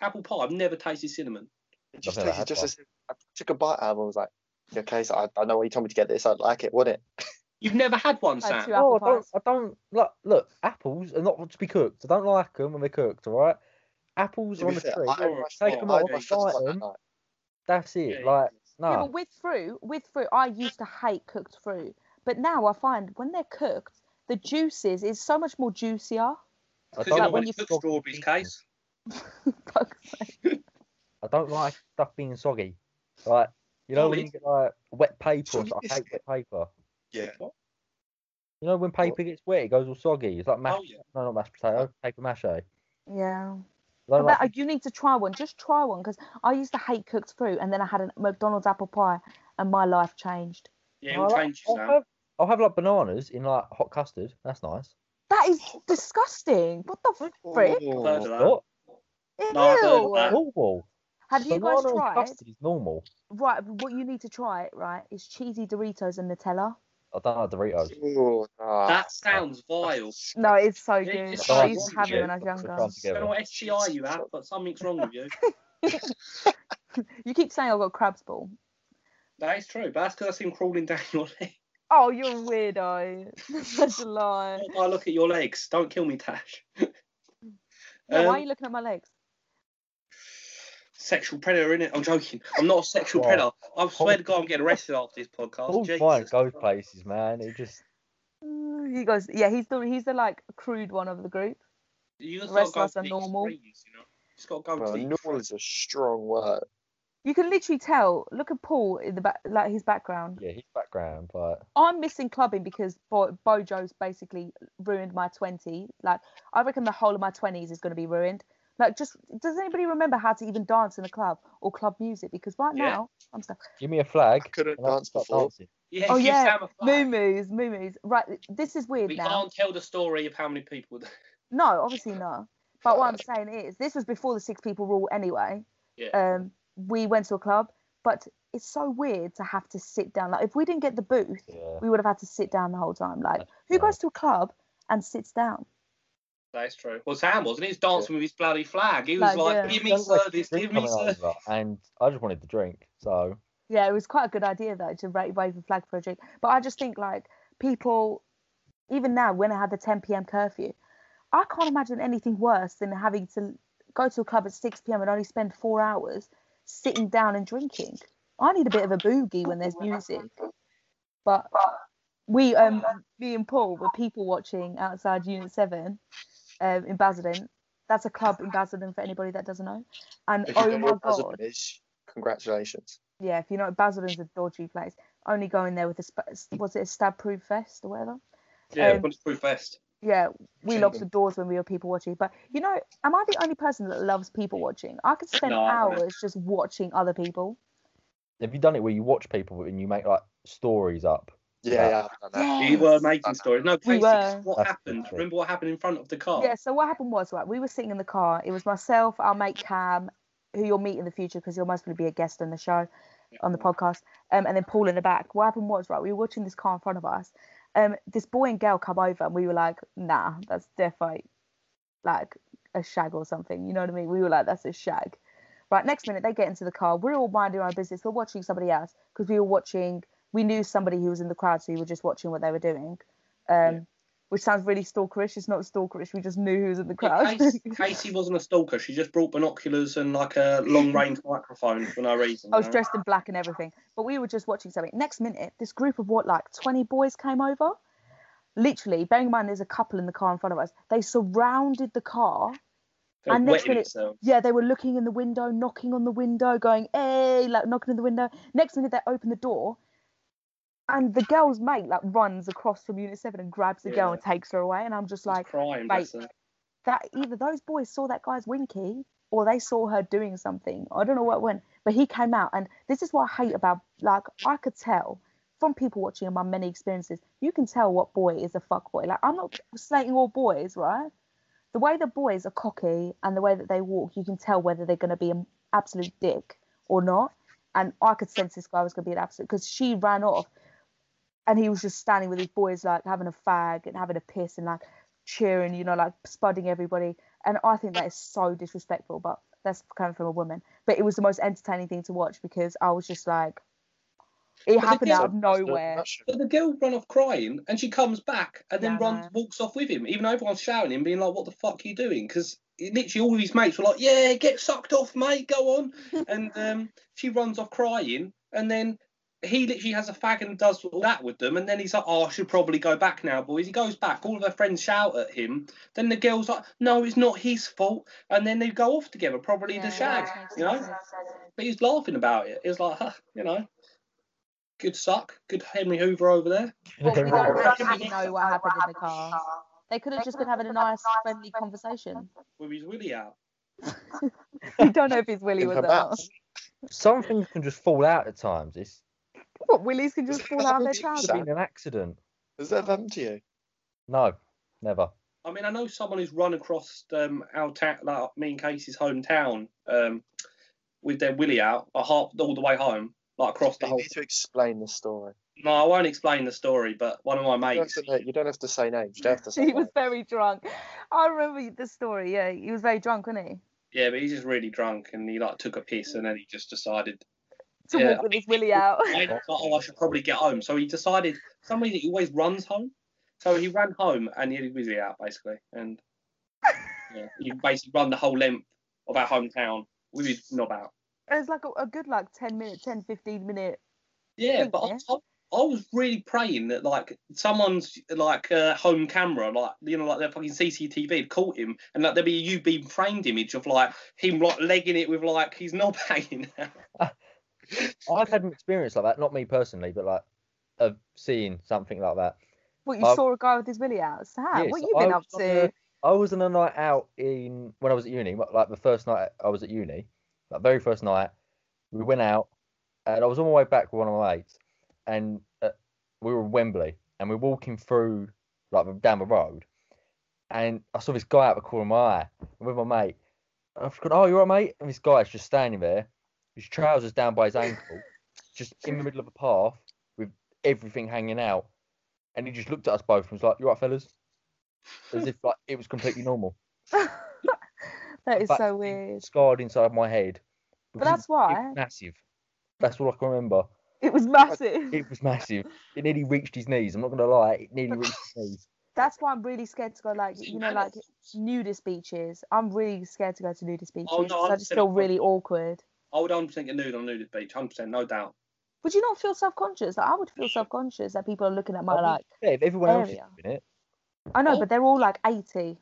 apple pie, I've never tasted cinnamon. It just never tasted had just one. as if I took a bite out of it. I was like, "You okay, so I, I know why you told me to get this. I'd like it, wouldn't it? You've never had one, Had Sam. two apple I don't, pies. I don't look. Look, apples are not to be cooked. I don't like them when they're cooked. All right, apples To are on the be fair, tree. I had my Take first- them I had off, my bite first one that them. night. That's Yeah, it. yeah. Like, Yeah, no. but with fruit, with fruit, I used to hate cooked fruit, but now I find when they're cooked, the juices is so much more juicier. I Because you don't know when like when you like cook soggy strawberries, things. case. Fuck's sake. I don't like stuff being soggy. Like, you know when Solid. you get like wet paper. or Soggy something? I hate wet paper. Yeah. You know when paper gets wet, it goes all soggy. It's like mashed. Oh, yeah. No, not mashed potato. Paper mache. I Yeah. don't But like- you need to try one. Just try one because I used to hate cooked fruit, and then I had a McDonald's apple pie, and my life changed. Yeah, I it'll like- change you, I'll Sam. Oh. have, I'll have like bananas in like hot custard. That's nice. That is disgusting. What the frick? Oh, Heard of that. What? No, I heard Ew. that. Normal. Have you guys Banana and tried? custard is normal. Right, what you need to try, right, is cheesy Doritos and Nutella. I don't like Doritos. oh, nah. That sounds vile. No, it's so Yeah, good. it's I like used one to have it chip, when I was but it's younger. gone I don't know together. what STI you have, but something's wrong with you. You keep saying I've got crab's ball. That is true, but that's because I see him crawling down your leg. Oh, you're a weirdo. That's such a lie. I look at your legs. Don't kill me, Tash. Yeah, why are Um, you looking at my legs? Sexual predator, innit? I'm joking. I'm not a sexual Wow. predator. I swear to God, I'm getting arrested after this podcast. All Jesus mine go Christ. places, man. It just Mm, He goes, yeah, he's the he's the like crude one of the group. You just The gotta rest go of us to are the normal. extremes, you know? Just gotta go Well, to the normal is a strong word. You can literally tell. Look at Paul in the back, like his background. yeah, his background, but I'm missing clubbing because Bo- Bojo's basically ruined my 20. Like, I reckon the whole of my 20s is going to be ruined. Like, just does anybody remember how to even dance in a club or club music? Because right Yeah. now I'm stuck. give me a flag. I couldn't and I'll dance start before. dancing. Yeah, Oh, give yeah. Sam a five. Moo moos, moo moos. Right, this is weird We now. can't tell the story of how many people. No, obviously not. But what I'm saying is, this was before the six people rule anyway. Yeah. Um, we went to a club, but it's so weird to have to sit down. Like, if we didn't get the booth, Yeah. we would have had to sit down the whole time. Like, who Right. goes to a club and sits down? That's true. Well, Sam wasn't. He was dancing with his bloody flag. He was Flag, like, yeah. "Give me Sounds like service, drink give me coming service." over, and I just wanted to drink, so Yeah, it was quite a good idea though to ra- wave a flag project. But I just think like people, even now when I had the 10 p.m. curfew, I can't imagine anything worse than having to go to a club at 6 p.m. and only spend four hours sitting down and drinking. I need a bit of a boogie when there's music. But we, um, me and Paul, were people watching outside Unit Seven um, in Basildon. That's a club in Basildon for anybody that doesn't know. And If you oh don't know my what god, Basildon is, congratulations. yeah, if you know Basildon's a dodgy place. Only going there with a sp- was it a stab proof vest or whatever? Yeah, Um, bulletproof vest. Yeah, we Shame locked the them. doors when we were people watching. But you know, am I the only person that loves people watching? I could spend No, I don't. hours just watching other people. have you done it where you watch people and you make like stories up? Yeah, yeah, I've done that. We were Yes. making stories. No, Casey, were. what That's happened? good. Remember what happened in front of the car? Yeah. So what happened was, right, we were sitting in the car. It was myself, our mate Cam, who you'll meet in the future because you'll most probably be a guest on the show, on the podcast, um, and then Paul in the back. What happened was, right, we were watching this car in front of us. Um, this boy and girl come over, and we were like, nah, that's definitely like a shag or something. You know what I mean? We were like, that's a shag. Right, next minute they get into the car. We're all minding our business. We're watching somebody else because we were watching. We knew somebody who was in the crowd, so we were just watching what they were doing. Um, Which sounds really stalkerish. It's not stalkerish. We just knew who was in the Yeah, crowd. Casey, Casey wasn't a stalker. She just brought binoculars and like a long range microphone for no reason. I was you know? dressed in black and everything, but we were just watching something. Next minute, this group of what, like 20 boys came over. Literally, bearing in mind there's a couple in the car in front of us, they surrounded the car Felt and wet next in minute- itself. Yeah, they were looking in the window, knocking on the window, going, hey, like knocking on the window. Next minute, they open the door, and the girl's mate like runs across from Unit 7 and grabs the girl Yeah. and takes her away. And I'm just She was like, crying. mate, bless her. that either those boys saw that guy's winky or they saw her doing something. I don't know what went, but he came out, and this is what I hate about like I could tell from people watching and my many experiences, you can tell what boy is a fuck boy. Like I'm not slating all boys, right? The way the boys are cocky and the way that they walk, you can tell whether they're going to be an absolute dick or not. And I could sense this guy was going to be an absolute because she ran off, and he was just standing with his boys like having a fag and having a piss and like cheering, you know, like spudding everybody. And I think that is so disrespectful, but that's coming from a woman. But it was the most entertaining thing to watch because I was just like, it the happened girl- out of nowhere. That should- But the girl run off crying, and she comes back, and then Yeah, I runs, know. walks off with him, even though everyone's shouting him, being like, "What the fuck are you doing?" Because literally all of his mates were like, "Yeah, get sucked off, mate, go on." and um, she runs off crying, and then he literally has a fag and does all that with them, and then he's like, "Oh, I should probably go back now, boys." He goes back. All of her friends shout at him. Then the girl's like, "No, it's not his fault," and then they go off together, probably the shag, you know. But he's laughing about it. He was like, huh, you know, good suck, good Henry Hoover over there. But we don't Well, actually know what happened in the car. They could have just been having a nice, friendly conversation. With his willy out. we don't know if it's Willie In was her or not. mouth. Some things can just fall out at times. It's What, Willies can just Is it fall out of their something trousers? it's been an accident. Has that ever happened to you? No, never. I mean, I know someone who's run across um, our ta- like, me and Casey's hometown um, with their willy out, a half all the way home, like across the You whole. need to explain the story. No, I won't explain the story, but one of my You don't, mates. have to, you don't have to say names. You don't have to say He was names. very drunk. I remember the story. Yeah, he was very drunk, wasn't he? Yeah, but he's just really drunk and he like took a piss and then he just decided To Yeah. walk with his Willie out. I thought, oh, I should probably get home. So he decided, somebody that always runs home. So he ran home and he was out basically, and yeah, he basically run the whole length of our hometown with his knob out. It was like a, a good like 10 minute, 10, 15 minute. Yeah, but Yeah. I, I, I was really praying that like someone's like uh, home camera, like you know, like their fucking CCTV had caught him, and like there'd be a UB framed image of like him like legging it with like his knob hanging out. I've had an experience like that, not me personally, but like of seeing something like that. What, you I've- saw a guy with his Willie out? Sam, Yeah, what so you been I up was on to? a- I was on a night out in when I was at uni, like like the first night I was at uni, like very first night. We went out, and I was on my way back with one of my mates, and uh, we were in Wembley, and we are walking through like the- down the road, and I saw this guy out the corner of my eye with my mate. And I forgot, oh, you're right, mate. And this guy's just standing there, his trousers down by his ankle, just in the middle of a path with everything hanging out, and he just looked at us both and was like, "You right, fellas?" as if like it was completely normal. that is But so it weird. Scarred inside my head. But because that's it was why massive. That's all I can remember. it was massive. It was massive. It nearly reached his knees. I'm not gonna lie. It nearly reached his knees. That's why I'm really scared to go like you know like nudist beaches. I'm really scared to go to nudist beaches. no, 'cause I just 100%. feel really awkward. I would 100% get nude on nudist beach, 100%, no doubt. Would you not feel self conscious? Like I would feel self conscious that people are looking at my I mean, like. Yeah, if everyone else is area. doing it, I know, Oh. but they're all like 80.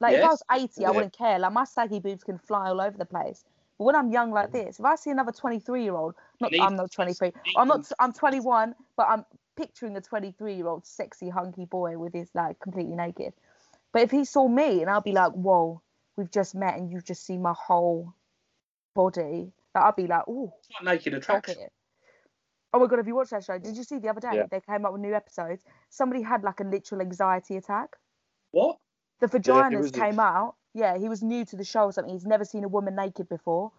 Like if I Yes. was 80, I Yeah. wouldn't care. Like my saggy boobs can fly all over the place. But when I'm young like this, if I see another 23 year old, not Need- I'm not 23. I'm not. I'm 21, but I'm picturing a 23 year old sexy hunky boy with his like completely naked. But if he saw me, and I'll be like, whoa, we've just met, and you've just seen my whole body. Like, I'll be like, ooh, It's like naked stop attraction. it. Oh my god, have you watched that show? Did you see the other day Yeah. they came up with new episodes? Somebody had like a literal anxiety attack What? the vaginas was it? came out. Yeah, he was new to the show or something. He's never seen a woman naked before.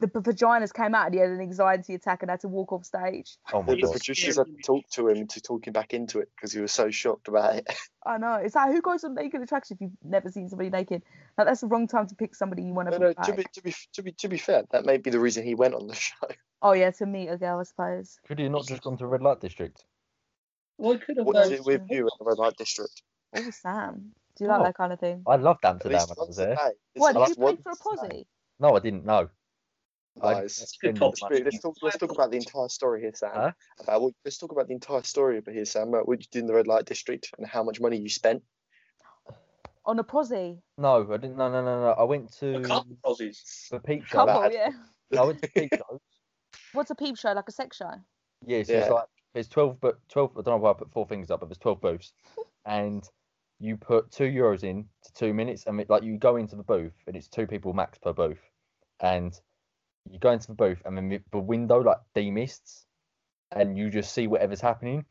The p- vaginas came out and he had an anxiety attack and had to walk off stage. oh my The, the god, producers had to talk to him into talking back into it because he was so shocked about it. I know. It's like who goes on naked attraction if you've never seen somebody naked? Like that's the wrong time to pick somebody you want No, to no, pick. to be, to, be, to, be, to be fair, that may be the reason he went on the show. Oh yeah, to meet a girl, I suppose. could he not just gone to red light district? Well, it could have. What's um, it with you in the red light district? Oh Sam, do you like Oh. that kind of thing? I loved At Amsterdam least when I was once a there. day. It's What at did least you pay for a once a day. posie? No, I didn't know. I Lies. spend Good my topic. Let's, money. let's talk, let's talk about the entire story here, Sam. Huh? About what, let's talk about the entire story over here, Sam. About what you did in the red light district and how much money you spent. On a posie? No, I didn't. No, no, no, no. I went A couple to of Aussies. the peep show. Couple, had- yeah. No, I went to peep show. What's a peep show? Like a sex show? Yeah, so Yeah. it's like there's twelve, but twelve. I don't know why I put four fingers up, but there's twelve booths, and you put two euros in to two minutes, and it, like you go into the booth, and it's two people max per booth, and you go into the booth, and then the- the window like demists, and you just see whatever's happening.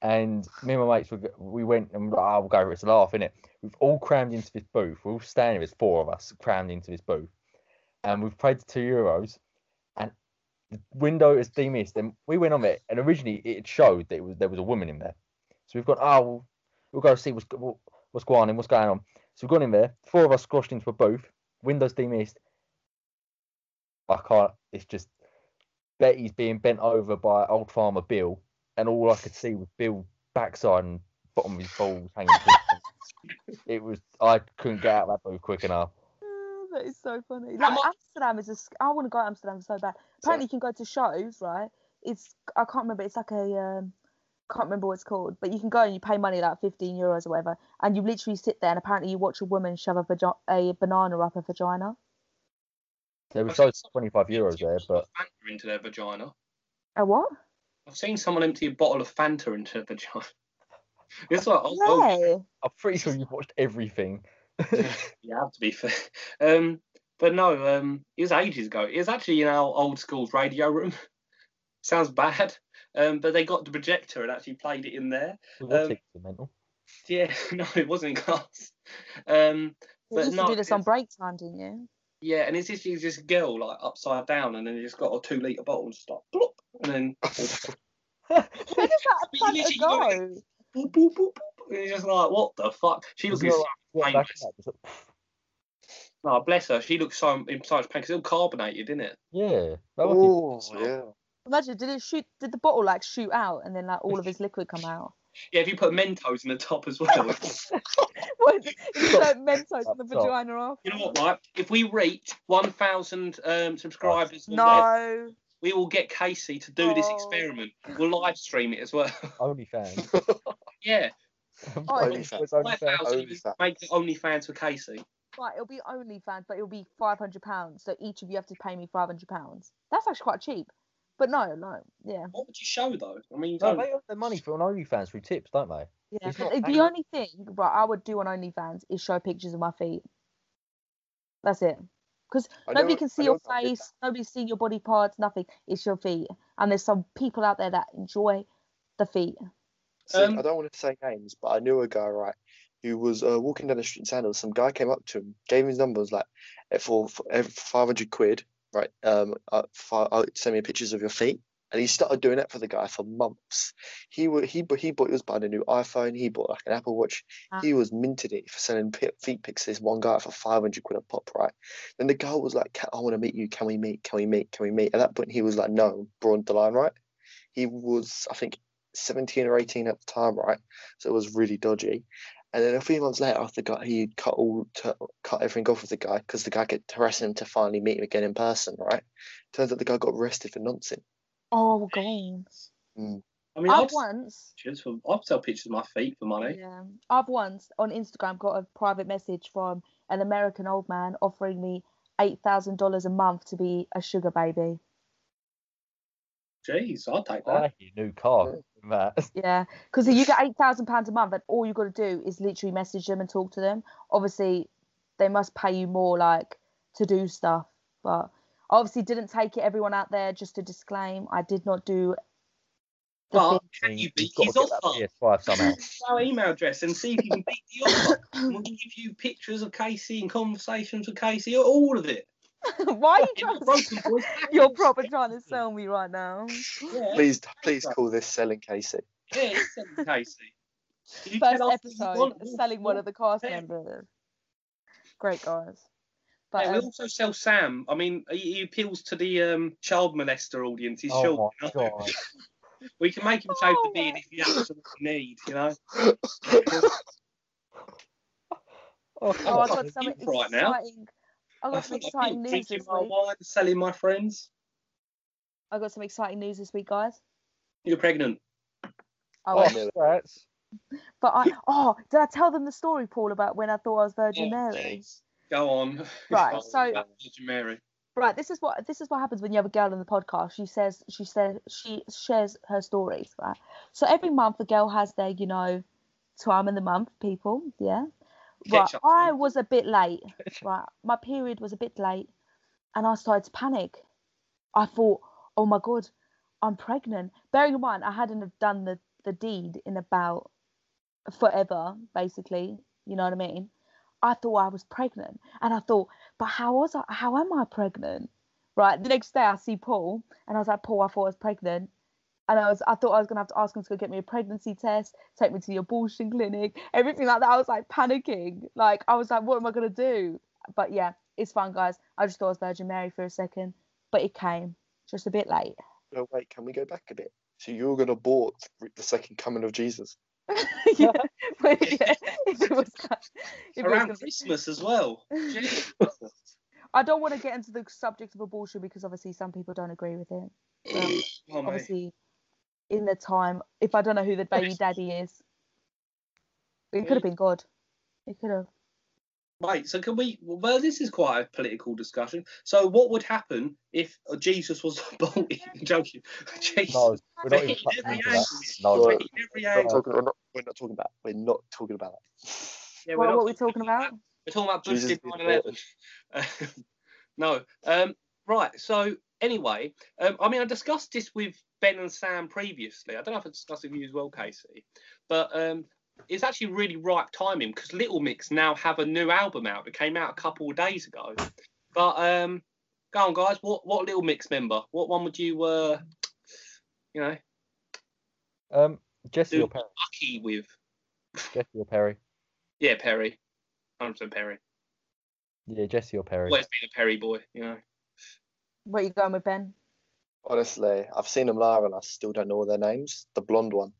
And me and my mates, were, g- we went and we were like, oh, we'll go for it to laugh, innit? We've all crammed into this booth. We're all standing, there's four of us crammed into this booth. And we've paid the two euros, and the window is demissed. And we went on it, and originally it had showed that it was, there was a woman in there. So we've gone, oh, we'll, we'll go see what's, go- what's going on and what's going on. So we've gone in there. Four of us squashed into a booth. Windows demist. I can't. It's just Betty's being bent over by old farmer Bill, and all I could see was Bill backside and bottom of his balls hanging. to him. it was. I couldn't get out of that booth quick enough. Oh, That is so funny. How Like, much- Amsterdam is a. sc- I want to go to Amsterdam so bad. Apparently, you can go to shows, right? It's I can't remember. It's like a um, can't remember what it's called, but you can go and you pay money like 15 euros or whatever, and you literally sit there and apparently you watch a woman shove a, vagi- a banana up her vagina. There was those 25 euros there, but Fanta into their vagina. A what? I've seen someone empty a bottle of Fanta into their vagina. It's like, oh, oh, Yeah. I'm pretty sure you've watched everything. You have to be fair. Um, but no, um, it was ages ago. It was actually in our old school's radio room. Sounds bad. Um, but they got the projector and actually played it in there. What's Um, it, you mental? Yeah, no, it wasn't in class. Um, You But used no, to do this on it's- break time, didn't you? yeah, and it's just it's this girl like upside down, and then you just got a two liter bottle and just like plop, and then Where does that you banana literally go? boop boop boop boop, and you're just like what the fuck? She It's looks not like- famous. it's not like- No, bless her. She looks so in such pain because it's all carbonated, isn't it? Yeah. That was Oh, yeah. Imagine, did it shoot? Did the bottle like shoot out and then like all of his liquid come out? Yeah, if you put Mentos in the top as well. What? You like Mentos in the Stop. vagina off? You know what, right? If we reach 1,000 um, subscribers, or whatever, No. we will get Casey to do this Oh. experiment. We'll live stream it as well. OnlyFans. yeah, Oh, OnlyFans. It was 5,000 OnlyFans. make the OnlyFans for Casey. Right, it'll be OnlyFans, but it'll be five hundred pounds. So each of you have to pay me five hundred pounds. That's actually quite cheap. But no, no, yeah, What would you show, though? I mean, you No, don't. they earn their money from OnlyFans through tips, don't they? yeah. It's but not the bad. only thing right I would do on OnlyFans is show pictures of my feet. That's it. Because I know- nobody can I see know your that I did face, nobody's seen your body parts, nothing. It's your feet, and there's some people out there that enjoy the feet. See, Um, I don't want to say names, but I knew a guy, right, who was uh, walking down the street in sandals. Some guy came up to him, gave him his number, was like, "Eh, for, for eh, 500 quid, right, um, uh, fi- uh, send me pictures of your feet. And he started doing that for the guy for months. He wa- he bu- he bought he was buying a new iPhone. He bought like an Apple Watch. Ah. He was minted it for sending pi feet pics to this one guy for five hundred quid a pop, right? Then the guy was like, "Ca- "I want to meet you. Can we meet? Can we meet? Can we meet?" At that point, he was like, "No, broad the line, right?" He was, I think, 17 or 18 at the time, right? So it was really dodgy. And then a few months later, after guy he cut all to, cut everything off with the guy because the guy kept harassing him to finally meet him again in person, right? Turns out the guy got arrested for nonsense. Oh God! I mean, I've I'd, sell once pictures for, I'd sell pictures of my feet for money. Yeah. I've once on Instagram got a private message from an American old man offering me $8,000 a month to be a sugar baby. Jeez, I'd take that. I need a new car. Matt. Yeah. Because you get £8,000 a month, and all you've got to do is literally message them and talk to them. Obviously, they must pay you more, like, to do stuff. But I obviously didn't take it. Everyone out there, just to disclaim, I did not do the But thing. can you beat You've got his to get that offer? PS5 somehow. Our email address and see if you can beat the offer. We'll give you pictures of Casey and conversations with Casey, all of it. Why are you Get trying the to... broken boys back. You're probably trying to sell me right now. Yeah. Please, please call this selling Casey. Yeah, it's selling Casey. You first tell us what you episode want, of we'll- selling one of the cast yeah. members. Great guys. But yeah, we um, also sell Sam. I mean, he, he appeals to the um, child molester audience. He's Oh sure my god. we can make him shave the Oh, beard if he absolutely need. You know, oh, I I've got got some deep right now. exciting. I got some feel like exciting news drinking this my week. wine, selling my friends. I got some exciting news this week, guys. You're pregnant. Oh, Oh, wait. no. that's- but I oh, did I tell them the story, Paul, about when I thought I was Virgin Oh, Mary? jeez. Go on. Right, Oh, so- that's Virgin Mary. Right, this is what this is what happens when you have a girl on the podcast. She says she says she shares her stories, right? So every month the girl has their, you know, time in the month, people, yeah. Right, Ketchup. I was a bit late. Right, my period was a bit late, and I started to panic. I thought, oh my god, I'm pregnant. Bearing in mind, I hadn't have done the the deed in about forever, basically. You know what I mean? I thought I was pregnant, and I thought, but how was I? How am I pregnant? Right. The next day, I see Paul, and I was like, Paul, I thought I was pregnant. And I was, I thought I was gonna have to ask him to go get me a pregnancy test, take me to the abortion clinic, everything like that. I was like panicking, like I was like, what am I gonna do? But yeah, it's fine, guys. I just thought it was Virgin Mary for a second, but it came just a bit late. No, wait, can we go back a bit? So you're going to abort the second coming of Jesus. yeah, but yeah, if it was, if it was Around gonna be- Christmas as well. Oh, Jesus. I don't want to get into the subject of abortion because obviously some people don't agree with it. Um, Oh, mate. obviously in the time if I don't know who the baby daddy is. It could have been God. It could have. Right, so can we? Well, this is quite a political discussion. So, what would happen if Jesus was born? Joking, Jesus. No, we're not even Taking touching every angle. into that. No, Right. Taking every We're, angle. not talking, we're, not, we're not talking about. We're not talking about that. Yeah, what not what are we talking about? We're talking about Bush Jesus did did 9/11. Um, no. Um, right. So anyway, um, I mean, I discussed this with Ben and Sam previously. I don't know if I discussed it with you as well, Casey, but um, it's actually really ripe timing because Little Mix now have a new album out that came out a couple of days ago. But um, go on, guys. What what Little Mix member? What one would you uh, you know, Um, Jesse Dude. or Perry? lucky with? Jesse or Perry? Yeah, Perry. 100% Perry. Yeah, Jesse or Perry. Always been a Perry boy, you know. Where are you going with Ben? Honestly, I've seen them live and I still don't know all their names. The blonde one.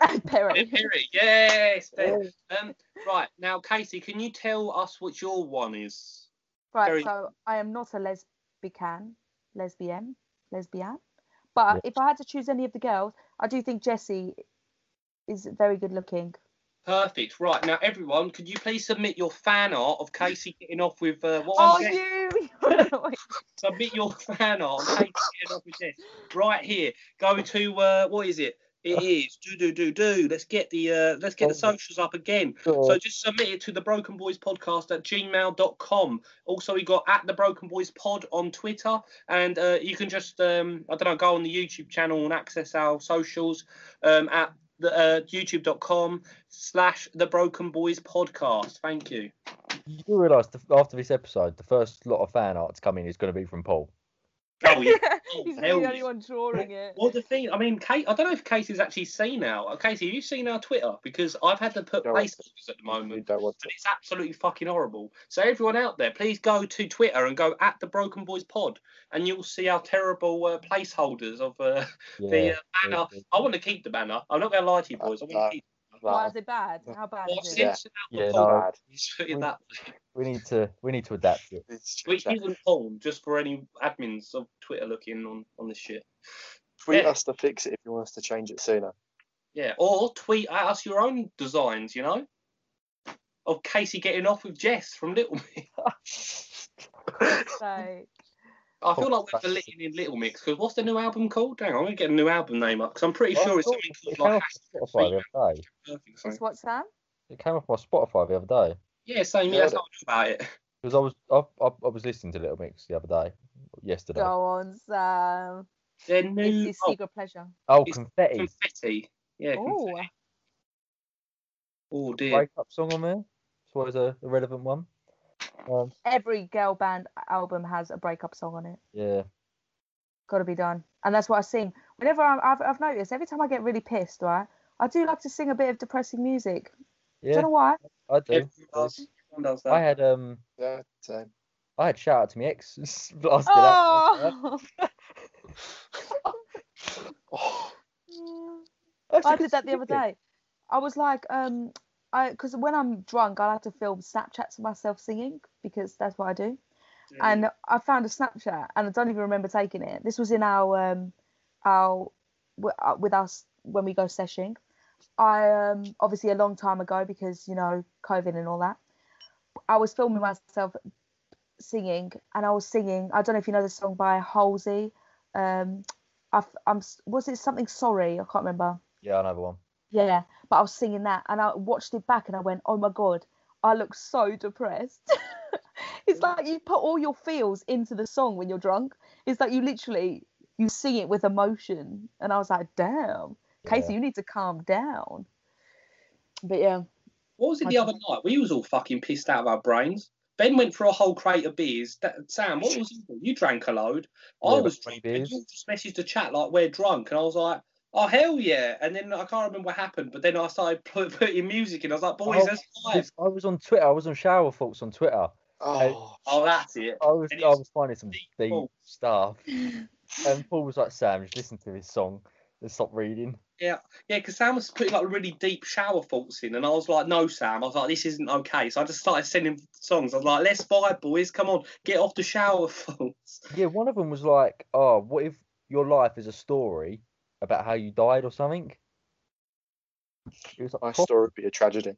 Yeah, Perry. Perry, yes. there. Um, right now, Casey, can you tell us what your one is? Perry. Right, so I am not a lesbican, lesbian, lesbian. But Yeah. if I had to choose any of the girls, I do think Jessie is very good looking. Perfect. Right now, everyone, could you please submit your fan art of Casey getting off with uh, what Oh, I'm saying? you! Submit your fan art of Casey getting off with this right here. Go to uh, what is it? It is do do do do. Let's get the uh, let's get the socials up again. So just submit it to the Broken Boys Podcast at gmail.com. Also, we got at the Broken Boys Pod on Twitter, and uh, you can just um, I don't know go on the YouTube channel and access our socials um, at the uh, youtube.com slash the Broken Boys Podcast. Thank you. You do realise the- after this episode, the first lot of fan art's coming is going to be from Paul. Oh, yeah. He's really hell the yeah. only one drawing it. Well, the thing, I mean, Kate, I don't know if Casey's actually seen our. Casey, have you seen our Twitter? Because I've had to put No. placeholders at the You moment. don't want and it's absolutely fucking horrible. So everyone out there, please go to Twitter and go at the Broken Boys Pod, and you'll see our terrible uh, placeholders of uh, Yeah. the uh, banner. yeah. I want to keep the banner. I'm not going to lie to you, boys. I want to keep. Why that. is it bad? How bad Well, I've is it? Yeah. censored out the Yeah, porn. no. Bad. Just put it that way. We need to we need to adapt it. It's Which just- isn't porn, just for any admins of Twitter looking on on this shit. Tweet yeah. us to fix it if you want us to change it sooner. Yeah, or tweet at us your own designs. You know, of Casey getting off with Jess from Little Mix. So, I feel Oh, like we're that's- belittling in Little Mix because what's the new album called? Hang on, I'm gonna get a new album name up because I'm pretty sure it's Well, something Oh, it called came like off my Spotify the other day. Hashtag Perfect. or just something. watch that. It came off my Spotify the other day Yeah, same. Yeah, Yeah, that's that- how I knew about it. because I was I, I, I was listening to Little Mix the other day, yesterday. Go on, Sam. Their It's new his oh, secret pleasure. Oh, It's- confetti! confetti. Yeah. Confetti. Oh, Oh dear. Breakup song on there. It's always a, a relevant one. Um, every girl band album has a breakup song on it. yeah. Got to be done. And that's what I sing. Whenever I'm, I've, I've noticed, every time I get really pissed, right, I do like to sing a bit of depressing music. Don't Yeah, know why. I do. Everyone does, everyone does that. I had um Yeah, same. I had shout out to my ex blasted out. Oh, Oh, That's a I good did that the other feeling. day. I was like, um, I because when I'm drunk, I like to film Snapchats of myself singing because that's what I do. Yeah. and I found a Snapchat, and I don't even remember taking it. This was in our um, our wi- uh, with us when we go seshing. I um, obviously a long time ago because you know COVID and all that. I was filming myself singing, and I was singing. I don't know if you know the song by Halsey. Um, I, am was it something? Sorry, I can't remember. Yeah, another one. Yeah, but I was singing that, and I watched it back, and I went, "Oh my god, I look so depressed." it's like you put all your feels into the song when you're drunk. It's like you literally you sing it with emotion, and I was like, "Damn, Casey, you need to calm down." But yeah, What was it the I- other night? We was all fucking pissed out of our brains. Ben went for a whole crate of beers. That, Sam, what was you? You drank a load. Yeah, I was about three drinking. beers. You just messaged the chat like we're drunk, and I was like, oh hell yeah! And then I can't remember what happened, but then I started put, putting music in. I was like, boys, Oh, that's live. I was on Twitter. I was on Shower Thoughts on Twitter. Oh, Oh, that's it. I was And I it's was finding some deep, Paul. stuff. And Paul was like, Sam, just listen to this song and stop reading. Yeah, because Sam was putting like really deep shower thoughts in, and I was like, no, Sam. I was like, this isn't okay. So I just started sending songs. I was like, let's vibe, boys. Come on, get off the shower thoughts. Yeah, one of them was like, oh, what if your life is a story about how you died or something? It was my like, story would be a tragedy.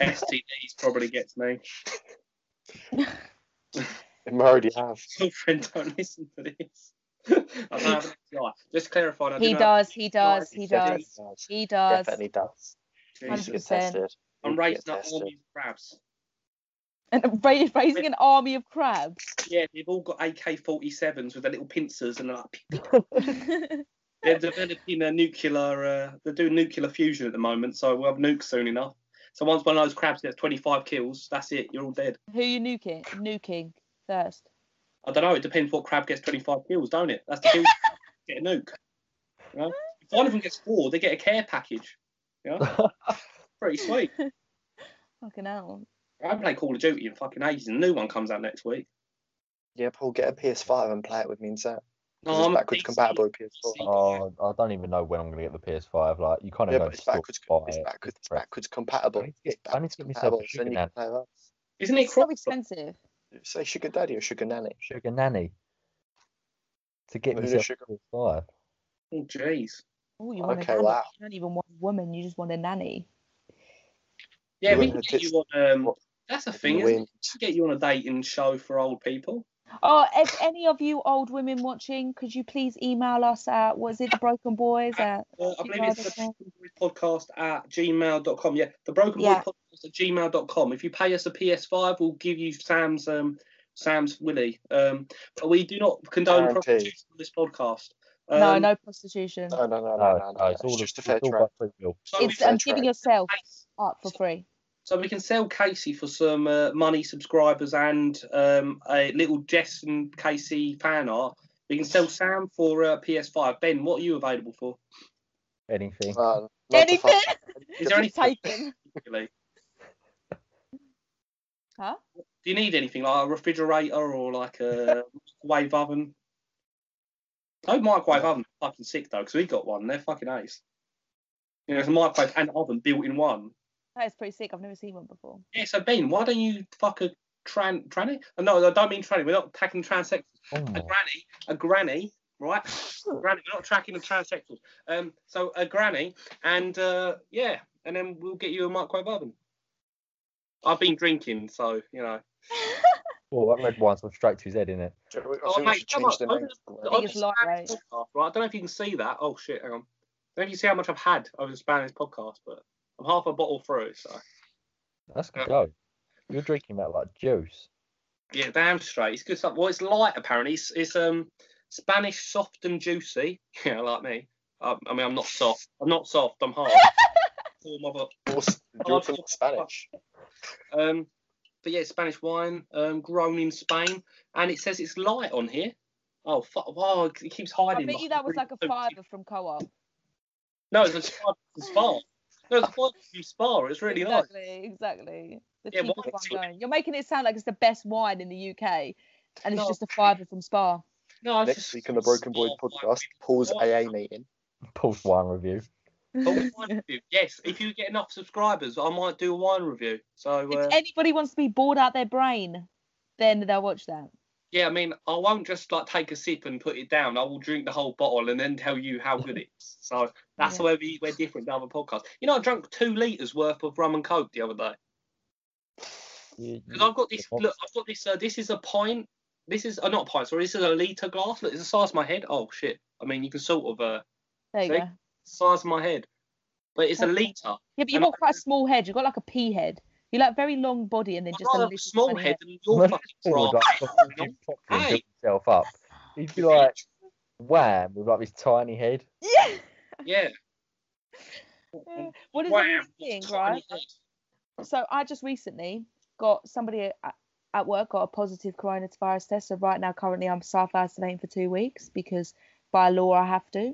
STDs probably gets me. And we already have. Children don't listen to this. I don't have an STI. Just clarifying. I do He not- does, he does, he He Definitely does, he does. Definitely does. Needs to get 100%. tested. I'm Needs to raising get up all tested. these crabs. And ra- raising an army of crabs. Yeah, they've all got AK-47s with their little pincers and like That's they're developing a nuclear. Uh, they're doing nuclear fusion at the moment, so we'll have nukes soon enough. So once one of those crabs gets 25 kills, that's it. You're all dead. Who you nuking? Nuking first. I don't know. It depends what crab gets 25 kills, don't it? That's the kill. get a nuke. You know? If one of them gets four, they get a care package. You know? Pretty sweet. Fucking hell. I haven't played Call of Duty in fucking ages. and A new one comes out next week. Yeah, Paul, get a PS5 and play it with me and Sam. 'Cause No, I'm it's a backwards PC. compatible with PS4. Oh, I don't even know when I'm gonna get the PS5. Like, you kind of yeah, go but to it's store backwards, to buy it's it. backwards, It's it's backwards compatible. I need to It's get- I need to backwards get myself a compatible, so then you sugar can play that. Isn't it It's so cross? expensive. Say sugar daddy or sugar nanny. sugar nanny to get Who's a myself sugar- a PS5. Oh, jeez. Oh, you want Okay, a nanny. wow. You don't even want a woman, you just want a nanny. Yeah, we Yeah, can get it's- you on. Um, what- that's a thing. Isn't it? Wind. We can get you on a dating show for old people. Oh, if any of you old women watching, could you please email us at was it the broken boys at Uh, I You'd believe it's rather the Broken Boys podcast at gmail.com. Yeah, the Broken Boys Yeah. podcast at gmail.com. If you pay us a PS5, we'll give you Sam's um Sam's Willie. Um, but we do not condone Guaranteed. prostitution on this podcast. Um, No, no prostitution. No, no, no, no, No, no, no. no, It's, Oh, it's all just a it's fair all trade. by free will. So we, It's can fair um, giving trade. yourself case- up for free. so we can sell Casey for some uh, money, subscribers, and um, a little Jess and Casey fan art. We can sell Sam for uh, PS5. Ben, what are you available for? Anything. Uh, nine to Anything? five. Is there any taken? particularly? Huh? Do you need anything like a refrigerator or like a microwave oven? No microwave oven, fucking sick though, because we got one. They're fucking ace. You know, it's a microwave and oven built in one. That is pretty sick. I've never seen one before. Yeah, so Ben, why don't you fuck a tran tranny? Oh, No, I don't mean tranny. We're not attacking transsexuals. Oh A my. granny, a granny, right? granny. We're not tracking the transsexuals. Um, so a granny, and uh, yeah, and then we'll get you a microwave oven. I've been drinking, so you know. Well, that red wine's gone straight to his head, isn't it? I think Oh, we mate, should come change the on. name. I think it's Obviously, lightweight. podcast, right? I don't know if you can see that. Oh shit, hang on. I don't know if you see how much I've had over the span of this podcast, but I'm half a bottle through, so That's Yeah. good. Go. You're drinking that like juice. yeah, damn straight. It's good stuff. Well, it's light apparently. It's, it's um Spanish soft and juicy. Yeah, like me. Um, I mean, I'm not soft. I'm not soft. I'm hard. Poor mother. What's- Oh, You're I've- from Spanish. Um, but yeah, Spanish wine, um, grown in Spain, and it says it's light on here. Oh fuck! Wow, it keeps I hiding. bet you that was like a five. fiver from co-op. No, it's a spa. It's a spa. No, it's a five view spa. It's really nice. exactly, exactly. The Yeah, cheapest why- one going. You're making it sound like it's the best wine in the UK, and it's No. just a fiver from Spa. No, it's Next just Oh, week on the Broken Boys spa podcast, wine. Paul's What? AA meeting. Pulse wine review. Oh, wine review. yes, if you get enough subscribers, I might do a wine review. So uh, If anybody wants to be bored out their brain, then they'll watch that. yeah, I mean, I won't just like take a sip and put it down. I will drink the whole bottle and then tell you how good it is. So that's Yeah. where we, we're different to other podcasts. You know, I drank two liters worth of rum and coke the other day. You- Because I've got this. What? Look, I've got this. Uh, this is a pint. This is uh, not a pint. Sorry, this is a liter glass. Look, it's the size of my head. Oh shit! I mean, you can sort of uh, There you See? go. size of my head, but it's a Okay. liter. Yeah, but you've And I- got quite a small head. You've got like a pea head. You like very long body and then I'd just a rather have little a small tiny head than your When fucking Paul would, bra. like, fucking do pop and Hey. build himself up. He'd be like, wham, with like this tiny head. Yeah. Yeah. What is Wow, the weird thing, right? tiny head. So I just recently got somebody at, at work got a positive coronavirus test. So right now, currently, I'm self isolating for two weeks because by law I have to.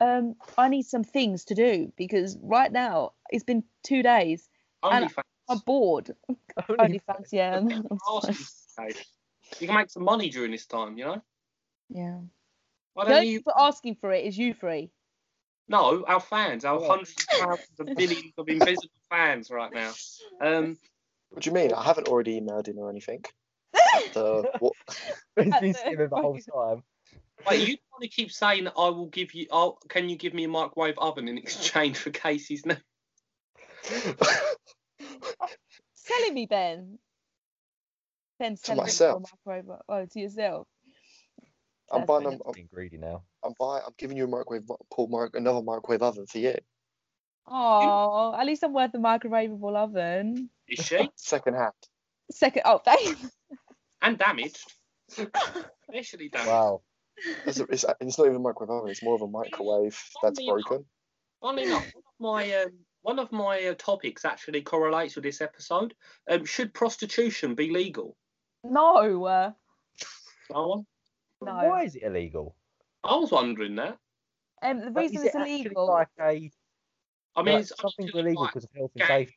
um, I need some things to do because right now it's been two days. Only I'm bored. Only fans, yeah. I'm- I'm sorry. You can make some money during this time, you know. yeah. Why The don't only you? people asking for it is you three. No, our fans, our Yeah. hundreds of thousands and billions of invisible fans right now. Um, What do you mean? I haven't already emailed him or anything. So what? It's been That's it. skimming the whole time. wait, you want to keep saying that I will give you? I'll, can you give me a microwave oven in exchange for Casey's name? Selling me, Ben. Ben, selling me for a myself. microwave. Oh, to yourself. I'm That's buying. fine. I'm, It's I'm, being greedy now. I'm buying. I'm giving you a microwave. Paul, Mark, another microwave oven for you. Oh, at least I'm worth the microwavable oven. Is she? Second hand. Second, oh, thanks. And damaged, especially damaged. Wow. It's, a, it's, a- it's not even a microwave oven. It's more of a microwave that's Funny enough. broken. Funnily enough, one of my um, one of my uh, topics actually correlates with this episode. Um, should prostitution be legal? No, uh, No, No. Why is it illegal? I was wondering that. um, the Like, reason is it's it actually illegal. Like a, I mean, like it's something's actually illegal like- because of health and gang- safety.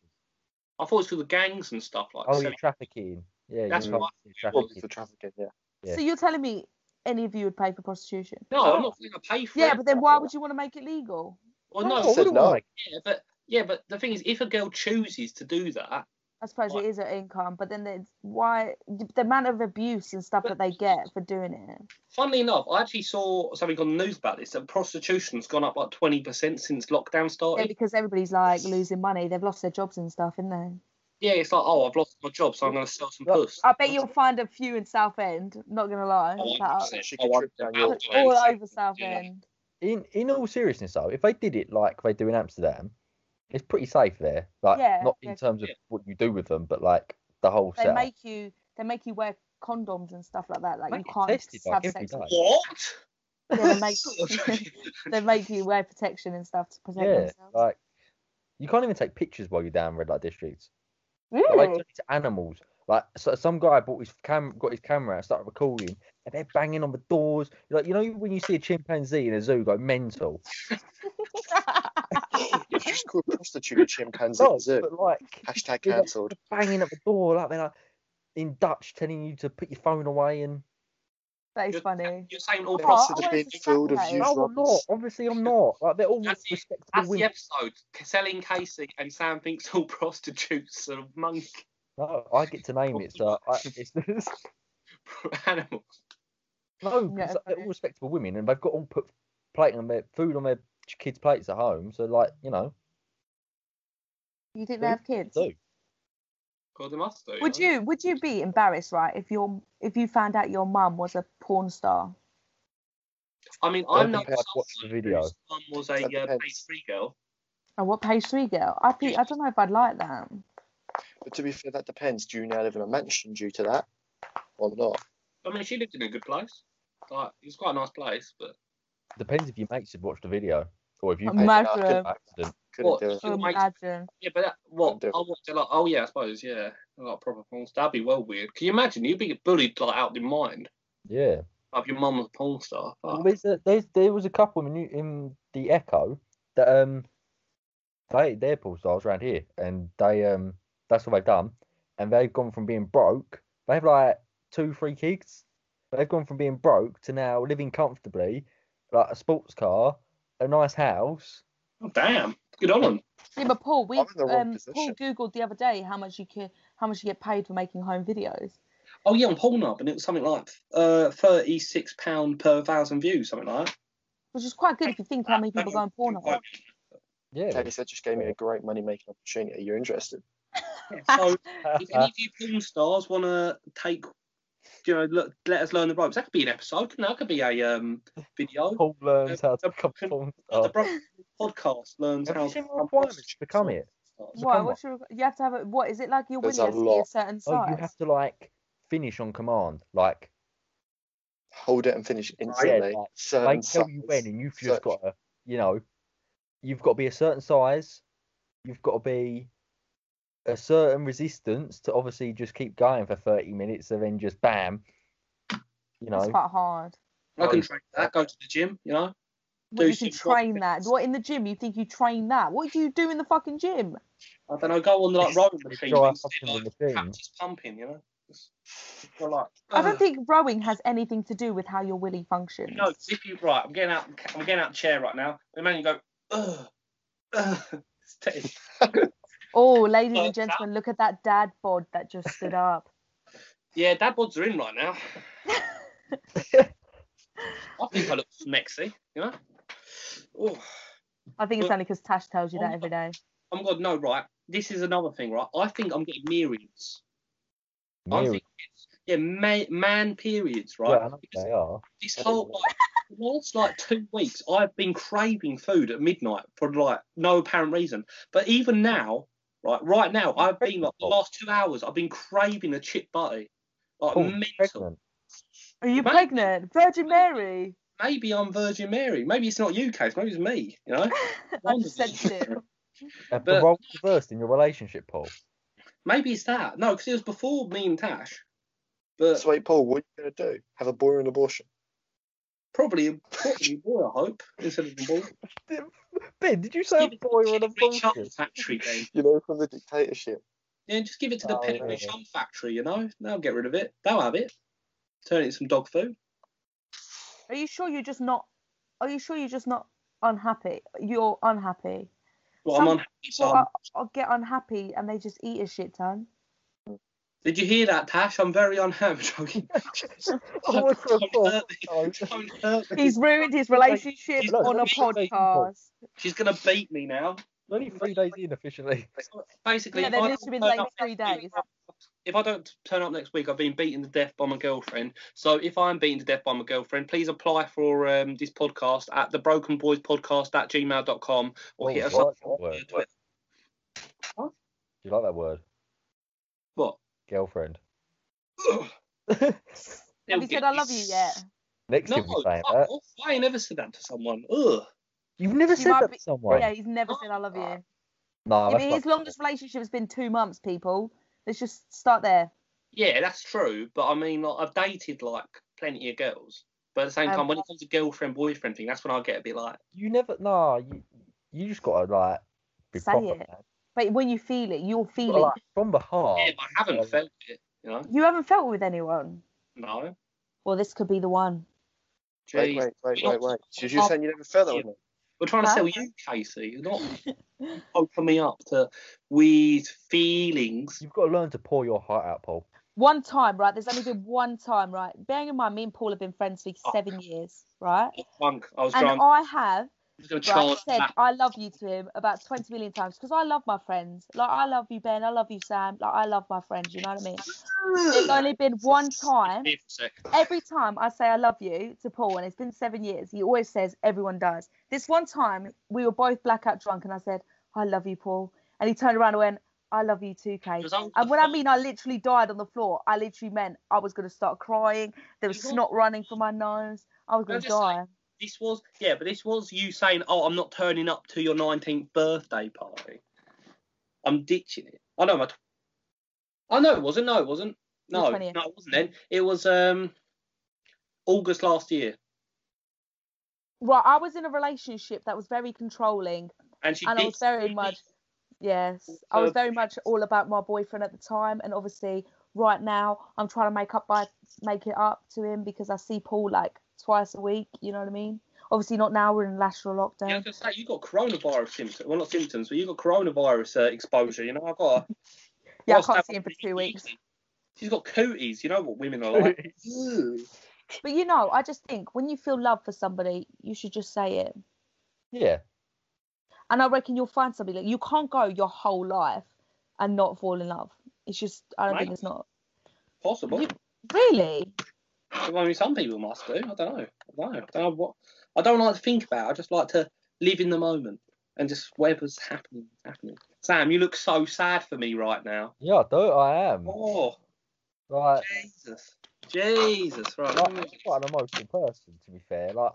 I thought it was for the gangs and stuff like Oh, that. you're trafficking. Yeah, That's you're what I- Probably trafficking. for trafficking. Yeah. Yeah. So you're telling me any of you would pay for prostitution? No, I'm not going to pay for Yeah, it. but then why would you want to make it legal? well, no, Oh, I said wouldn't wanna no. make- yeah, but yeah, but the thing is, if a girl chooses to do that, I suppose Why- it is an income, but then there's why the amount of abuse and stuff But- that they get for doing it. funnily enough, I actually saw something on the news about this. That prostitution's gone up like twenty percent since lockdown Yeah, started. because everybody's like losing money. They've lost their jobs and stuff, isn't they? Yeah, it's like, oh, I've lost my job, so I'm going to sell some Yeah. puss. I bet you'll find a few in Southend. Not gonna lie, Oh, that are- 100%. She Oh, could trip down your about to all say legs. over Southend. In in all seriousness though, if they did it like they do in Amsterdam, it's pretty safe there. Like Yeah, not yeah. in terms of Yeah. what you do with them, but like the whole They setup. make you they make you wear condoms and stuff like that. Like Mate, you it's can't tested, like, have every sex. day. with- What? Yeah, they, make, Sort of. they make you wear protection and stuff to protect yeah, themselves. like you can't even take pictures while you're down red light districts. Like, they really? turn into animals. Like so, some guy bought his cam, got his camera out, and started recording, and they're banging on the doors. Like you know when you see a chimpanzee in a zoo go mental. You've just called prostitute a chimpanzee. Oh. No, is it? but like Hashtag Yeah. cancelled. banging at the door, like they're like in Dutch telling you to put your phone away and. that is You're- funny. You're saying all What? prostitutes. Prostitutes I being wanted filled to say of that. used Use No, I'm not. rubbers. Obviously, I'm not. Like they're all That's the- respectable That's the women. episode. Selling Casey and Sam thinks all prostitutes are monkeys, No, I get to name it, so I, it's animals. no, 'cause Yeah, they're okay. all respectable women, and they've got all put plate on their food on their ch- kids' plates at home. So, like, you know, You think they have kids? do God, they must do. Would no? you would you be embarrassed, right, if your if you found out your mum was a porn star? I mean, I I don't know think I'd watch the video. whose mum was a That uh, depends. pastry girl. And what page three girl? I pe- I don't know if I'd like that. But to be fair, that depends. Do you now live in a mansion due to that, or not? I mean, she lived in a good place. Like, it was quite a nice place, but Depends if your mates had watched the video or if you paid Mad- Imagine, by accident. Couldn't What? do it. Your mate- imagine. yeah, but that, what? I Different. watched a lot. Oh yeah, I suppose yeah, a lot of proper porn stars. That'd be well weird. Can you imagine? You'd be bullied like out of your mind. Yeah. Like your mum was a porn star. Well, Fuck. there's a, there's, there was a couple in, in the Echo that um they they're pool stars around here, and they um that's what they've done, and they've gone from being broke. They have like two, three kids. They've gone from being broke to now living comfortably, like a sports car, a nice house. Oh, damn. Good on them. Yeah, but Paul, we I'm in the wrong um, Paul position. googled the other day how much you can, how much you get paid for making home videos. Oh yeah, on Pornhub, and it was something like uh, thirty-six pound per thousand views, something like that. Which is quite good if you think how many people go on porn. Yeah. Teddy said just gave me a great money making opportunity. You're interested? So if any of you porn stars want to take, you know, look, let us learn the ropes. That could be an episode. Couldn't that? That could be a um video. Paul learns how to The- become a porn Uh, the star. Brothers podcast learns Have how you seen the requirements to become it? stars. Why? come What's your, you have to have a what is it like your There's windows a to be a lot. certain Oh, size? you have to like finish on command, like Hold it and finish instantly. like, they Certain tell you when, size. and you've So- just got to, you know, you've got to be a certain size, you've got to be a certain resistance to obviously just keep going for 30 minutes, and then just bam, you It's know, quite hard. I can train that. Go to the gym, you know. Well, you Do can some squat train that. things. What in the gym? You think you train that? What do you do in the fucking gym? I don't know, go on like rowing machine Go and out see, fucking like, with the machine. practice pumping, you know? Just- you're like, I don't "Ugh." think rowing has anything to do with how your willy functions. No, 'cause if you right, I'm getting out. I'm getting out the chair right now. The man, you go. Ugh, ugh. It's t- Oh, ladies Uh, and gentlemen, look at that dad bod that just stood up. yeah, dad bods are in right now. I think I look smexy, you know. Oh, I think it's only because Tash tells you that every day. I'm God, no, right. This is another thing, right? I think I'm getting periods. I'm Mary- thinking, yeah, man, man periods, right? Well, I know Because they are. this whole like, the last like two weeks, I've been craving food at midnight for like no apparent reason. But even now, right, right now, I've been like the Oh. last two hours, I've been craving a chip butty, like Oh, mental. pregnant. Are you Mate. pregnant? Virgin Mary. Maybe I'm Virgin Mary. Maybe it's not you, Case. Maybe it's me. You know. I just sensed it. Have the But- roles reversed in your relationship, Paul. Maybe it's that. No, because it was before me and Tash. But So wait, Paul, what are you gonna do? Have a boring abortion? probably, probably boy, I hope instead of the ball. Ben, did you say a Give it- boy give with it to a the chum bullshit? factory then. You know, from the dictatorship. Yeah, just give it to the Oh, pet yeah. chum factory. You know, they'll get rid of it. They'll have it. Turn it into some dog food. Are you sure you're just not? Are you sure you're just not unhappy? You're unhappy. Well, Some I'm unhappy. So Well, I'm- I, I get unhappy and they just eat a shit ton. Did you hear that, Tash? I'm very unhappy. joking. I was so Don't Oh, full. Don't hurt me. He's ruined his relationship He's on a not even dating Paul. podcast. She's gonna beat me now. Only three days in officially. Basically, Yeah, if they've I don't literally been turn dating up three next week- days. If I don't turn up next week, I've been beaten to death by my girlfriend. So if I'm beaten to death by my girlfriend, please apply for um, this podcast at thebrokenboyspodcast at gmail.com or Oh, hit us I up. like that word. Twitter. Do you like that word? What? Girlfriend. Have you said I love you yet? Next No, you'll be saying fuck that. off. I ain't never said that to someone. Ugh. You've never You said might that be- to someone. Yeah, he's never said I love you. No, Ah, Yeah, that's but his not- longest relationship has been two months, people. Let's just start there. Yeah, that's true. But I mean, like, I've dated like plenty of girls. But at the same Um, time, when it comes to girlfriend boyfriend thing, that's when I get a bit like, You never. No, you, you just gotta like be Say proper. it. man. But when you feel it, you'll feel Like, it. from the yeah, heart. but I haven't um, felt it. You know? You haven't felt with anyone. No. Well, this could be the one. Wait, Jeez. wait, wait, You're wait, not- wait. Did you saying you never felt that one? We're trying to Huh? sell you, Casey. You're not open me up to weird feelings. You've got to learn to pour your heart out, Paul. One time, right? There's only been one time, right? Bearing in mind, me and Paul have been friends for seven years, right? I was drunk. I was And drunk. I have I was going to right, charge said that. I love you to him about 20 million times because I love my friends. Like, I love you, Ben. I love you, Sam. Like, I love my friends. You know what I mean? There's only been one time. Here for a sec. Every time I say I love you to Paul, and it's been seven years, he always says everyone does. This one time, we were both blackout drunk, and I said, I love you, Paul. And he turned around and went, I love you too, Kate. was on And the when uh, I phone. mean I literally died on the floor, I literally meant I was going to start crying. There was You was- snot running from my nose. I was Can I going to just say- die. This was, yeah, but this was you saying, oh, I'm not turning up to your 19th birthday party. I'm ditching it. I know my. Tw- oh, no, it wasn't. No, it wasn't. Your No, no, 20th. it wasn't then. It was um August last year. Right, I was in a relationship that was very controlling, And she and I ditched was very me. much, yes, I was very much all about my boyfriend at the time, and obviously right now I'm trying to make up by make it up to him because I see Paul like twice a week. You know what I mean? Obviously not now. We're in national Yeah, I was lockdown. gonna say you got coronavirus symptoms. Well, not symptoms, but you got coronavirus uh, exposure. You know, I got. a- Yeah, I whilst can't I've see him for been two weeks. eating, She's got cooties. You know what women are like. Ugh. But you know, I just think when you feel love for somebody, you should just say it. Yeah. And I reckon you'll find somebody like you can't go your whole life and not fall in love. It's just I don't think Mate. it's not Possible. You- really. I mean, some people must do. I don't know. I don't know. I don't know what. I don't like to think about. it. I just like to live in the moment and just whatever's happening, happening. Sam, you look so sad for me right now. Yeah, I do. I am. Oh, Like, Jesus, Jesus, right? like I'm quite an emotional person, to be fair. Like,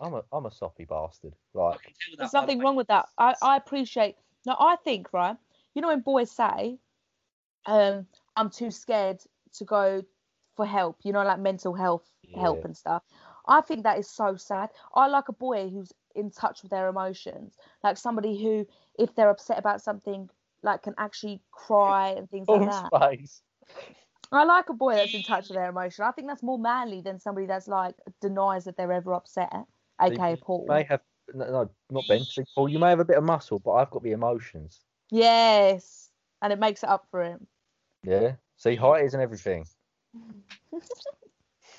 I'm a I'm a soppy bastard. Like, There's nothing wrong with that. I, I appreciate. No, I think right. You know when boys say, um, "I'm too scared to go for help," you know, like mental health help Yeah. and stuff. I think that is so sad. I like a boy who's in touch with their emotions, like somebody who, if they're upset about something, like can actually cry and things like that. Space. I like a boy that's in touch with their emotion. I think that's more manly than somebody that's like denies that they're ever upset, aka You Paul. may have no, no, not Ben. see, Paul, you may have a bit of muscle, but I've got the emotions. Yes, and it makes it up for him. Yeah. See, height isn't everything.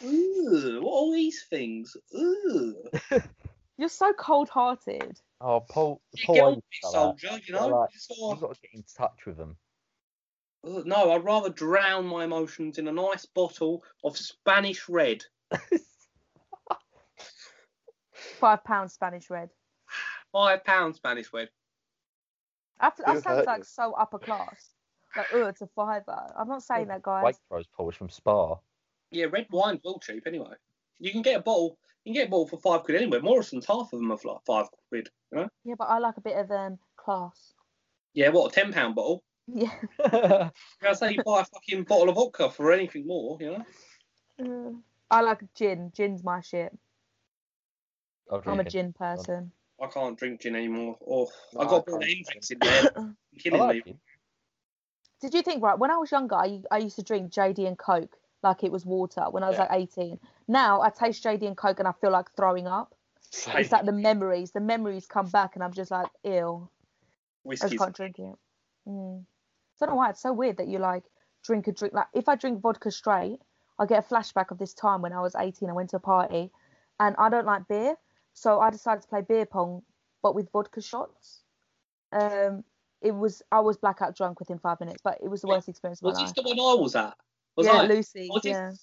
Ooh, what are these things? Ooh. You're so cold-hearted. Oh, Paul, You Paul, get I on wouldn't with it, like that. soldier, you know? Like, It's all- you've got to get in touch with them. Ugh, No, I'd rather drown my emotions in a nice bottle of Spanish red. Five pounds Spanish red. Five pound Spanish red. I, f- I Who sound hurt like you? so upper class. Like, oh, it's a fiver. I'm not saying that, guys. Waitrose, Paul, it's from Spa. Yeah, red wine's well cheap anyway. You can get a bottle. You can get a bottle for five quid anywhere. Morrison's half of them are like five quid. You know? Yeah, but I like a bit of um class. Yeah, what a ten pound bottle. Yeah. I say you buy a fucking bottle of vodka for anything more. You know? I like gin. Gin's my shit. I'll I'm a drink it. gin person. I can't drink gin anymore. Oh, No, I got I all the can't. Hendrix in there, I killing me. like it. Did you think right when I was younger, I, I used to drink JD and Coke like it was water when I was Yeah. like 18. Now I taste JD and Coke and I feel like throwing up. Hey, It's like the memories. The memories come back and I'm just like ill. I just Whiskey's can't drink it. Mm. So I don't know why it's so weird that you like drink a drink. Like if I drink vodka straight, I get a flashback of this time when I was 18. I went to a party, and I don't like beer, so I decided to play beer pong, but with vodka shots. Um, it was I was blackout drunk within five minutes, but it was the worst experience of my Was this life. the one I was at? Was yeah, I? Lucy. was it- yeah.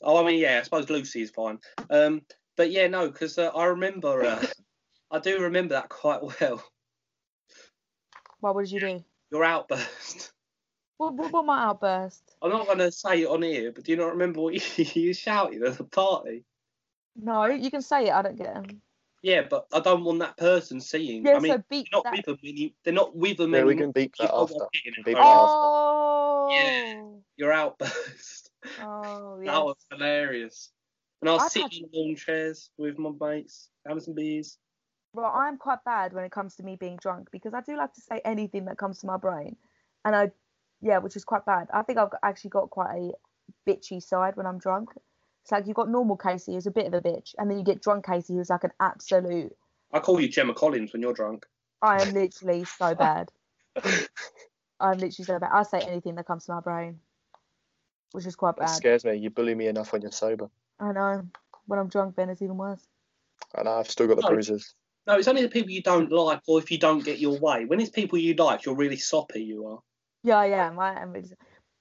Oh, I mean, yeah, I suppose Lucy is fine. Um, but yeah, no, because uh, I remember, uh, I do remember that quite well. Well, what did you do? Your outburst. What, what, what my outburst? I'm not going to say it on here, but do you not remember what you, you shouted at the party? No, you can say it. I don't get it. Yeah, but I don't want that person seeing. Yeah, I mean, so beat they're not that. with them. any- They're not with them Yeah, we anymore. can beat You that know what after. I'm getting at, Beat right? that after. Oh. Your outburst. Oh, yes. That was hilarious. And I was I've sitting had- in lawn chairs with my mates, having some beers. Well, I'm quite bad when it comes to me being drunk because I do like to say anything that comes to my brain, and I, yeah, which is quite bad. I think I've got- actually got quite a bitchy side when I'm drunk. It's like you've got normal Casey who's a bit of a bitch, and then you get drunk Casey who's like an absolute. I call you Gemma Collins when you're drunk. I am literally so bad. I'm literally so bad. I say anything that comes to my brain, which is quite It bad. scares me. You bully me enough when you're sober. I know. When I'm drunk, Ben, it's even worse. And I've still got the No. bruises. No, it's only the people you don't like, or if you don't get your way. When it's people you like, you're really soppy. You are. Yeah, I am. I am. ex-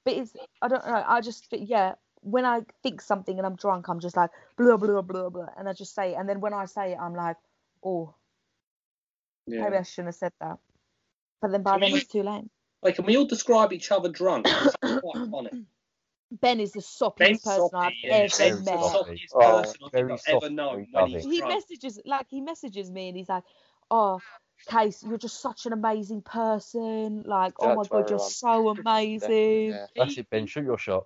But it's, I don't know. I just, think yeah, when I think something and I'm drunk, I'm just like, blah, blah, blah, blah. And I just say it. And then when I say it, I'm like, oh, Yeah. maybe I shouldn't have said that. But then by then it's too late. Like, can we all describe each other drunk? It's quite funny. Ben is the soppiest Ben's person I've soppy. Yeah. ever Ben's met. soppy. Soppiest Oh, person I've very ever soft, known. very when he's loving. He drunk. messages, like, he messages me and he's like, oh, Case, you're just such an amazing person. Like, oh Yeah, my that's God, where you're I'm- so amazing. Yeah. That's it, Ben. Shoot your shot.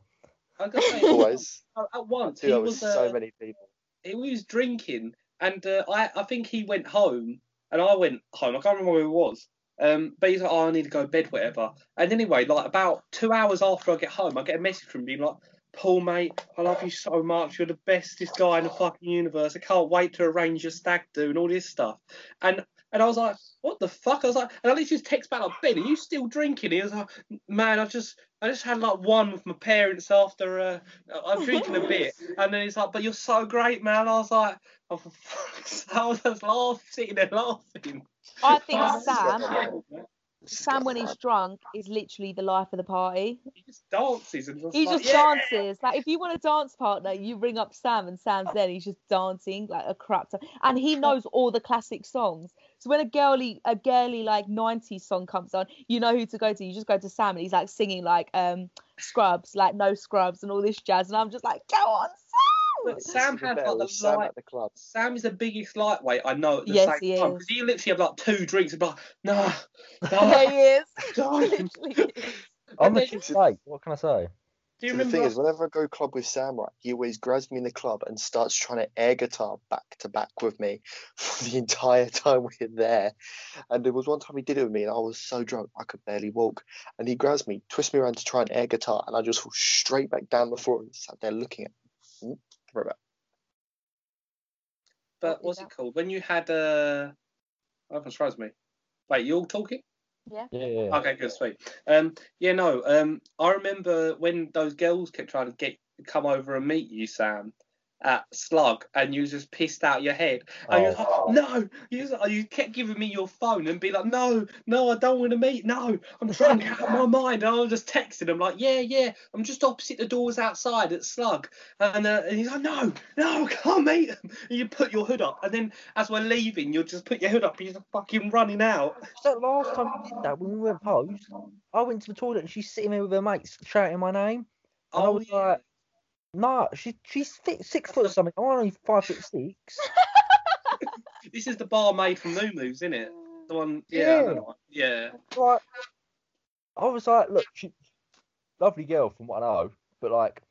I gotta say, Always. at once Do he that with was so uh, many people. he was drinking, and uh, I I think he went home, and I went home. I can't remember where it was. Um, but he's like, oh, I need to go to bed, whatever. And anyway, like about two hours after I get home, I get a message from him being like, Paul, mate, I love you so much. You're the bestest guy in the fucking universe. I can't wait to arrange your stag do and all this stuff. And and I was like, what the fuck? I was like, and I literally just text back like, Ben, are you still drinking? He was like, man, I just I just had like one with my parents after uh, I'm drinking a bit. And then he's like, but you're so great, man. I was like, oh, for fuck's sake. I was just laughing, sitting there laughing. I think Oh, Sam, This is Sam, when gonna he's drunk, is literally the life of the party. He just dances and just He like, just yeah. dances. Like if you want a dance partner, you ring up Sam, and Sam's there. He's just dancing like a crap ton. and he knows all the classic songs. So when a girly, a girly like '90s song comes on, you know who to go to. You just go to Sam, and he's like singing like um Scrubs, like No Scrubs, and all this jazz. And I'm just like, go on, Sam. But Sam be had better like the with Sam light. at the club. Sam is the biggest lightweight I know at the Yes, same he time is. because he literally had like two drinks and be like, no, There no, he is. He no. literally is. I'm the then- chick state. What can I say? Do you So the remember? thing is, whenever I go club with Sam, right, he always grabs me in the club and starts trying to air guitar back to back with me for the entire time we're there. And there was one time he did it with me, and I was so drunk I could barely walk. And he grabs me, twists me around to try and air guitar, and I just fall straight back down the floor and sat there looking at. Him. Right back. but what's it called? When you had uh, oh, that surprised me. Wait, you all talking? Yeah, yeah, yeah. Okay, good, sweet. Um, yeah, no. Um, I remember when those girls kept trying to get come over and meet you, Sam, at Slug, and you was just pissed out your head. And you was Oh. like, no, you, was like- you kept giving me your phone and be like, no, no, I don't want to meet. No, I'm trying to get out of my mind. And I was just texting him like, yeah, yeah, I'm just opposite the doors outside at Slug. And, uh, and he's like, no, no, I can't meet him. And you put your hood up, and then as we're leaving, you'll just put your hood up and you're just fucking running out. Was that last time we did that when we went post? I went to the toilet and she's sitting there with her mates shouting my name. And I was Oh, yeah. like, nah, she, she's fi- six foot or something. I'm only five foot six. This is the barmaid from New Moves, isn't it? The one, yeah, I don't know. yeah. like, I was like, look, she, lovely girl from what I know, but like,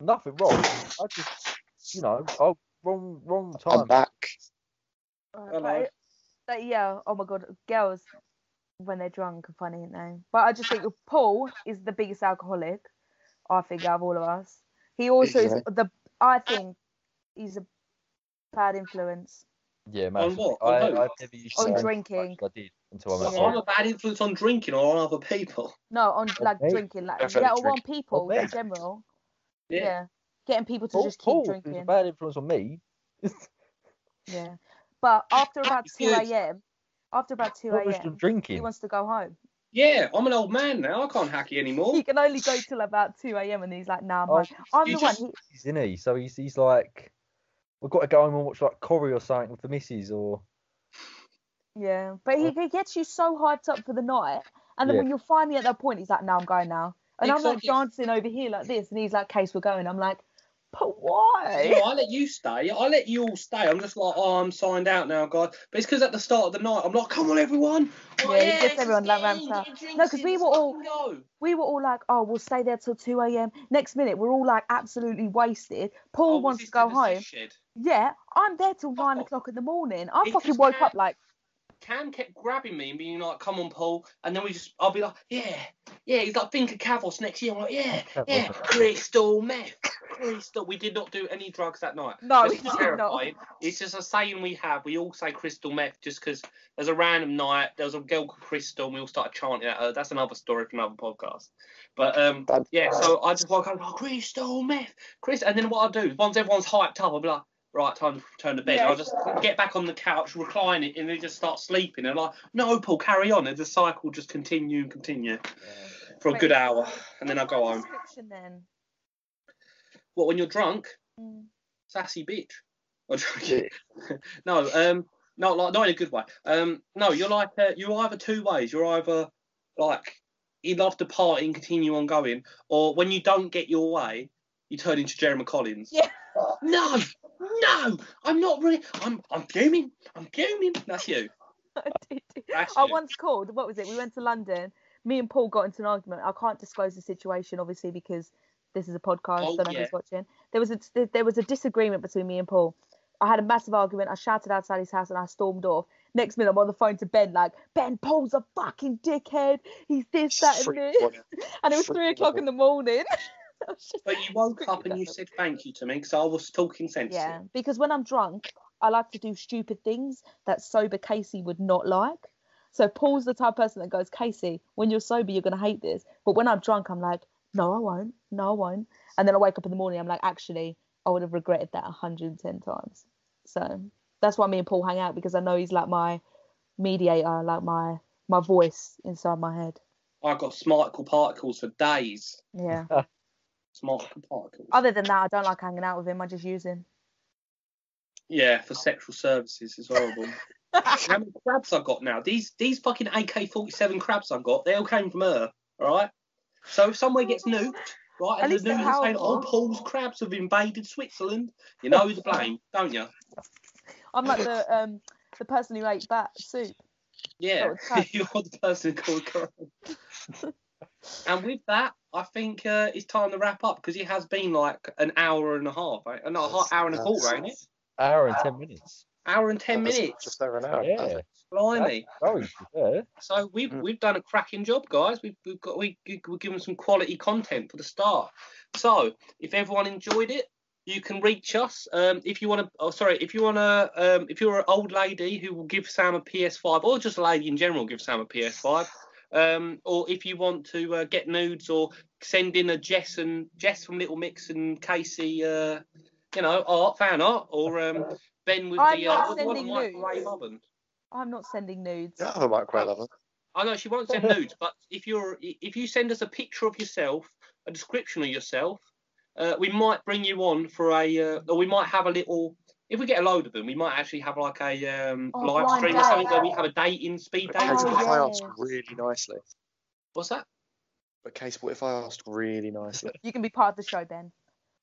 nothing wrong. I just, you know, oh, wrong, wrong I'm time. back. Hello. Uh, But, but yeah, oh my god, girls when they're drunk are funny, ain't they? But I just think Paul is the biggest alcoholic, I think, out of all of us. He also is Is the I think he's a bad influence. Yeah, man. what? I, On who? I've never used On to drink drinking. much as I did until I met So you. I'm a bad influence on drinking or on other people. No, on like me? drinking, like Definitely yeah, or on drink. people me? in general. Yeah. Getting people to Paul, just keep Paul was a drinking. bad influence on me. Yeah. But after about two Good. AM after about two What was the AM he drinking? wants to go home. Yeah, I'm an old man now. I can't hack you anymore. He can only go till about two AM and he's like, nah, Oh, man. I'm you the one just- he he's in he, so he's he's like, we've got to go home and watch like Corey or something with the missus or. Yeah, but Uh, he, he gets you so hyped up for the night, and then Yeah. when you're finally at that point, he's like, "No, I'm going now," and I'm like Exactly. dancing over here like this, and he's like, "Case, we're going." I'm like, "But Yeah, why?" I let you stay. I let you all stay. I'm just like, oh, I'm signed out now, guys. But it's because at the start of the night, I'm like, come on, everyone. Yeah, it gets everyone like ramped up. No, 'cause we were all- We were all like, "Oh, we'll stay there till 2 a.m." Next minute, we're all like absolutely wasted. Oh, Paul wants to go home. Yeah, I'm there till Fuck nine off. o'clock in the morning. I He fucking Oh. just woke can't- up like, Cam kept grabbing me and being like, "Come on, Paul," and then we just, I'll be like, "Yeah, yeah." He's like, "Think of Cavos next year." I'm like, "Yeah, yeah." Crystal meth, crystal. We did not do any drugs that night. Oh, "No, It's we did not not." terrifying. It's just a saying we have. We all say crystal meth just because there's a random night. There was a girl called Crystal, and we all started chanting at her. That's another story for another podcast. But um, That- yeah, so I just woke up like, crystal meth, Chris. And then what I do is once everyone's hyped up, I'll be like, right, time to turn to bed. Yeah. I'll just get back on the couch, recline it, and then just start sleeping. And like, no, Paul, carry on. And the cycle just continue and continue for a Wait. good hour, and then I What's go my home. description Then. What when you're drunk? Mm. sassy bitch. I'm Yeah. joking. no, um, not like not in a good way. Um, no, you're like uh, you're either two ways. You're either like you love to party and continue on going, or when you don't get your way, you turn into Jeremy Collins. Yeah. No, no, I'm not really. I'm I'm fuming. I'm fuming. That's you. I did. That's I you. Oh, once called. What was it? We went to London. Me and Paul got into an argument. I can't disclose the situation, obviously, because this is a podcast. Oh, so nobody's yeah. watching. There was a there was a disagreement between me and Paul. I had a massive argument. I shouted outside his house and I stormed off. Next minute, I'm on the phone to Ben, like Ben, Paul's a fucking dickhead. He's this, that, and Freak this. one. And it was three freaking o'clock in the morning. I was just- But you woke up and you said thank you to me because I was talking sense. to you. yeah, because when I'm drunk, I like to do stupid things that sober Casey would not like. So Paul's the type of person that goes, Casey, when you're sober, you're gonna hate this. But when I'm drunk, I'm like, no, I won't. No, I won't. And then I wake up in the morning, I'm like, actually, I would have regretted that 110 times. So that's why me and Paul hang out because I know he's like my mediator, like my my voice inside my head. I got smarticle particles for days. Yeah. Smarticle particles. Other than that, I don't like hanging out with him. I just use him. Yeah, for sexual services, it's horrible. How many crabs I got now? These these fucking AK forty seven crabs I got, they all came from her, all right? So if somewhere gets nuked, right, At and the least they're news is saying, "Oh, powerful. Paul's crabs have invaded Switzerland," you know the blame, don't you? I'm like the um the person who ate bat soup. Yeah, Oh, it's crap. you're the person who called crabs. And with that, I think uh, it's time to wrap up because it has been like an hour and a half, right? Uh, Not a half, hour and a quarter, ain't it? Hour and ten minutes. Hour and ten That's minutes. Just over an hour. Yeah. Blimey. Oh, you prefer. So we've Mm. we've done a cracking job, guys. We've, we've got we we're given some quality content for the start. So if everyone enjoyed it, you can reach us. Um, if you want to, oh sorry, if you want to, um, if you're an old lady who will give Sam a PS5, or just a lady in general, give Sam a PS5. Um, or if you want to uh, get nudes or send in a Jess and Jess from Little Mix and Casey, uh, you know, art fan art, or um, Ben with I'm the not uh, what, what, sending microwave nudes. oven. I'm not sending nudes. Yeah, I have a microwave oven. I know she won't send nudes, but if you're if you send us a picture of yourself, a description of yourself, uh, we might bring you on for a uh, or we might have a little. If we get a load of them, we might actually have like a um, Oh, live blind stream or date. something where we have a dating speed But date. Case, Oh, what if I asked yes. really nicely? What's that? But Case, what if I asked really nicely? You can be part of the show, Ben.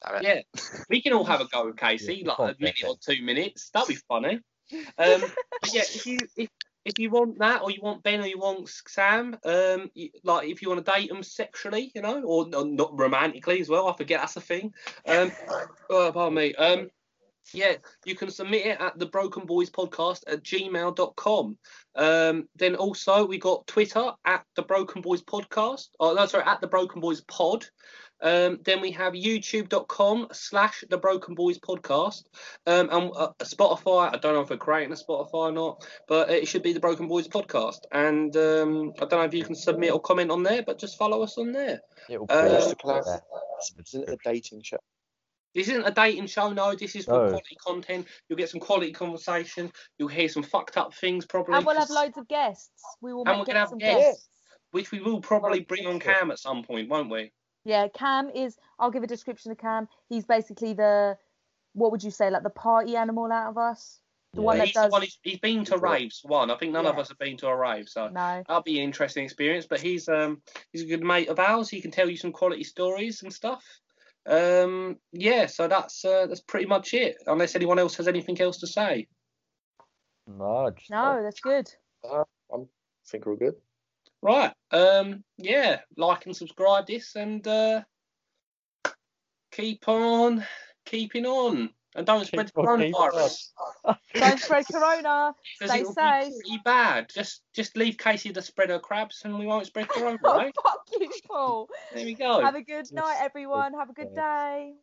Damn it. Yeah, we can all have a go, Casey, Yeah, like a yeah, minute or two minutes. That'd be funny. Um, but yeah, if you if, if you want that, or you want Ben, or you want Sam, um, you, like if you want to date them sexually, you know, or, or not romantically as well. I forget that's a thing. Um, oh, pardon me. Um, yeah, you can submit it at the Broken Boys Podcast at gmail.com. Um, then also we got Twitter at the Broken Boys Podcast. Oh no, sorry, at the Broken Boys Pod. Um, then we have youtube.com slash the Broken Boys Podcast. Um, and uh, Spotify, I don't know if we're creating a Spotify or not, but it should be the Broken Boys Podcast. And um, I don't know if you can submit or comment on there, but just follow us on there. It'll Uh, be Just yeah. to clarify, that. isn't it a dating show? This isn't a dating show, no. This is for No. quality content. You'll get some quality conversation. You'll hear some fucked up things, probably. And we'll have 'cause- loads of guests. We will And make we can have some guests. guests. which we will probably bring on cam at some point, won't we? Yeah, Cam is. I'll give a description of Cam. He's basically the, what would you say, like the party animal out of us. The one Yeah. He's, that the does. one, who's- he's been to raves, one. I think none of Yeah. us have been to a rave, so. No. That'll be an interesting experience. But he's um he's a good mate of ours. He can tell you some quality stories and stuff. Um yeah, so that's uh, that's pretty much it. Unless anyone else has anything else to say. No, just- Oh. No, that's good. think we're all good. Right. Um yeah, like and subscribe this and uh keep on keeping on. And don't spread the on keeping on. coronavirus. Don't spread corona. Because Stay it will safe. be pretty bad. Just just leave Casey to spread her crabs and we won't spread corona, Oh, right? fuck you, Paul. There we go. Have a good night, everyone. Have a good Okay. day.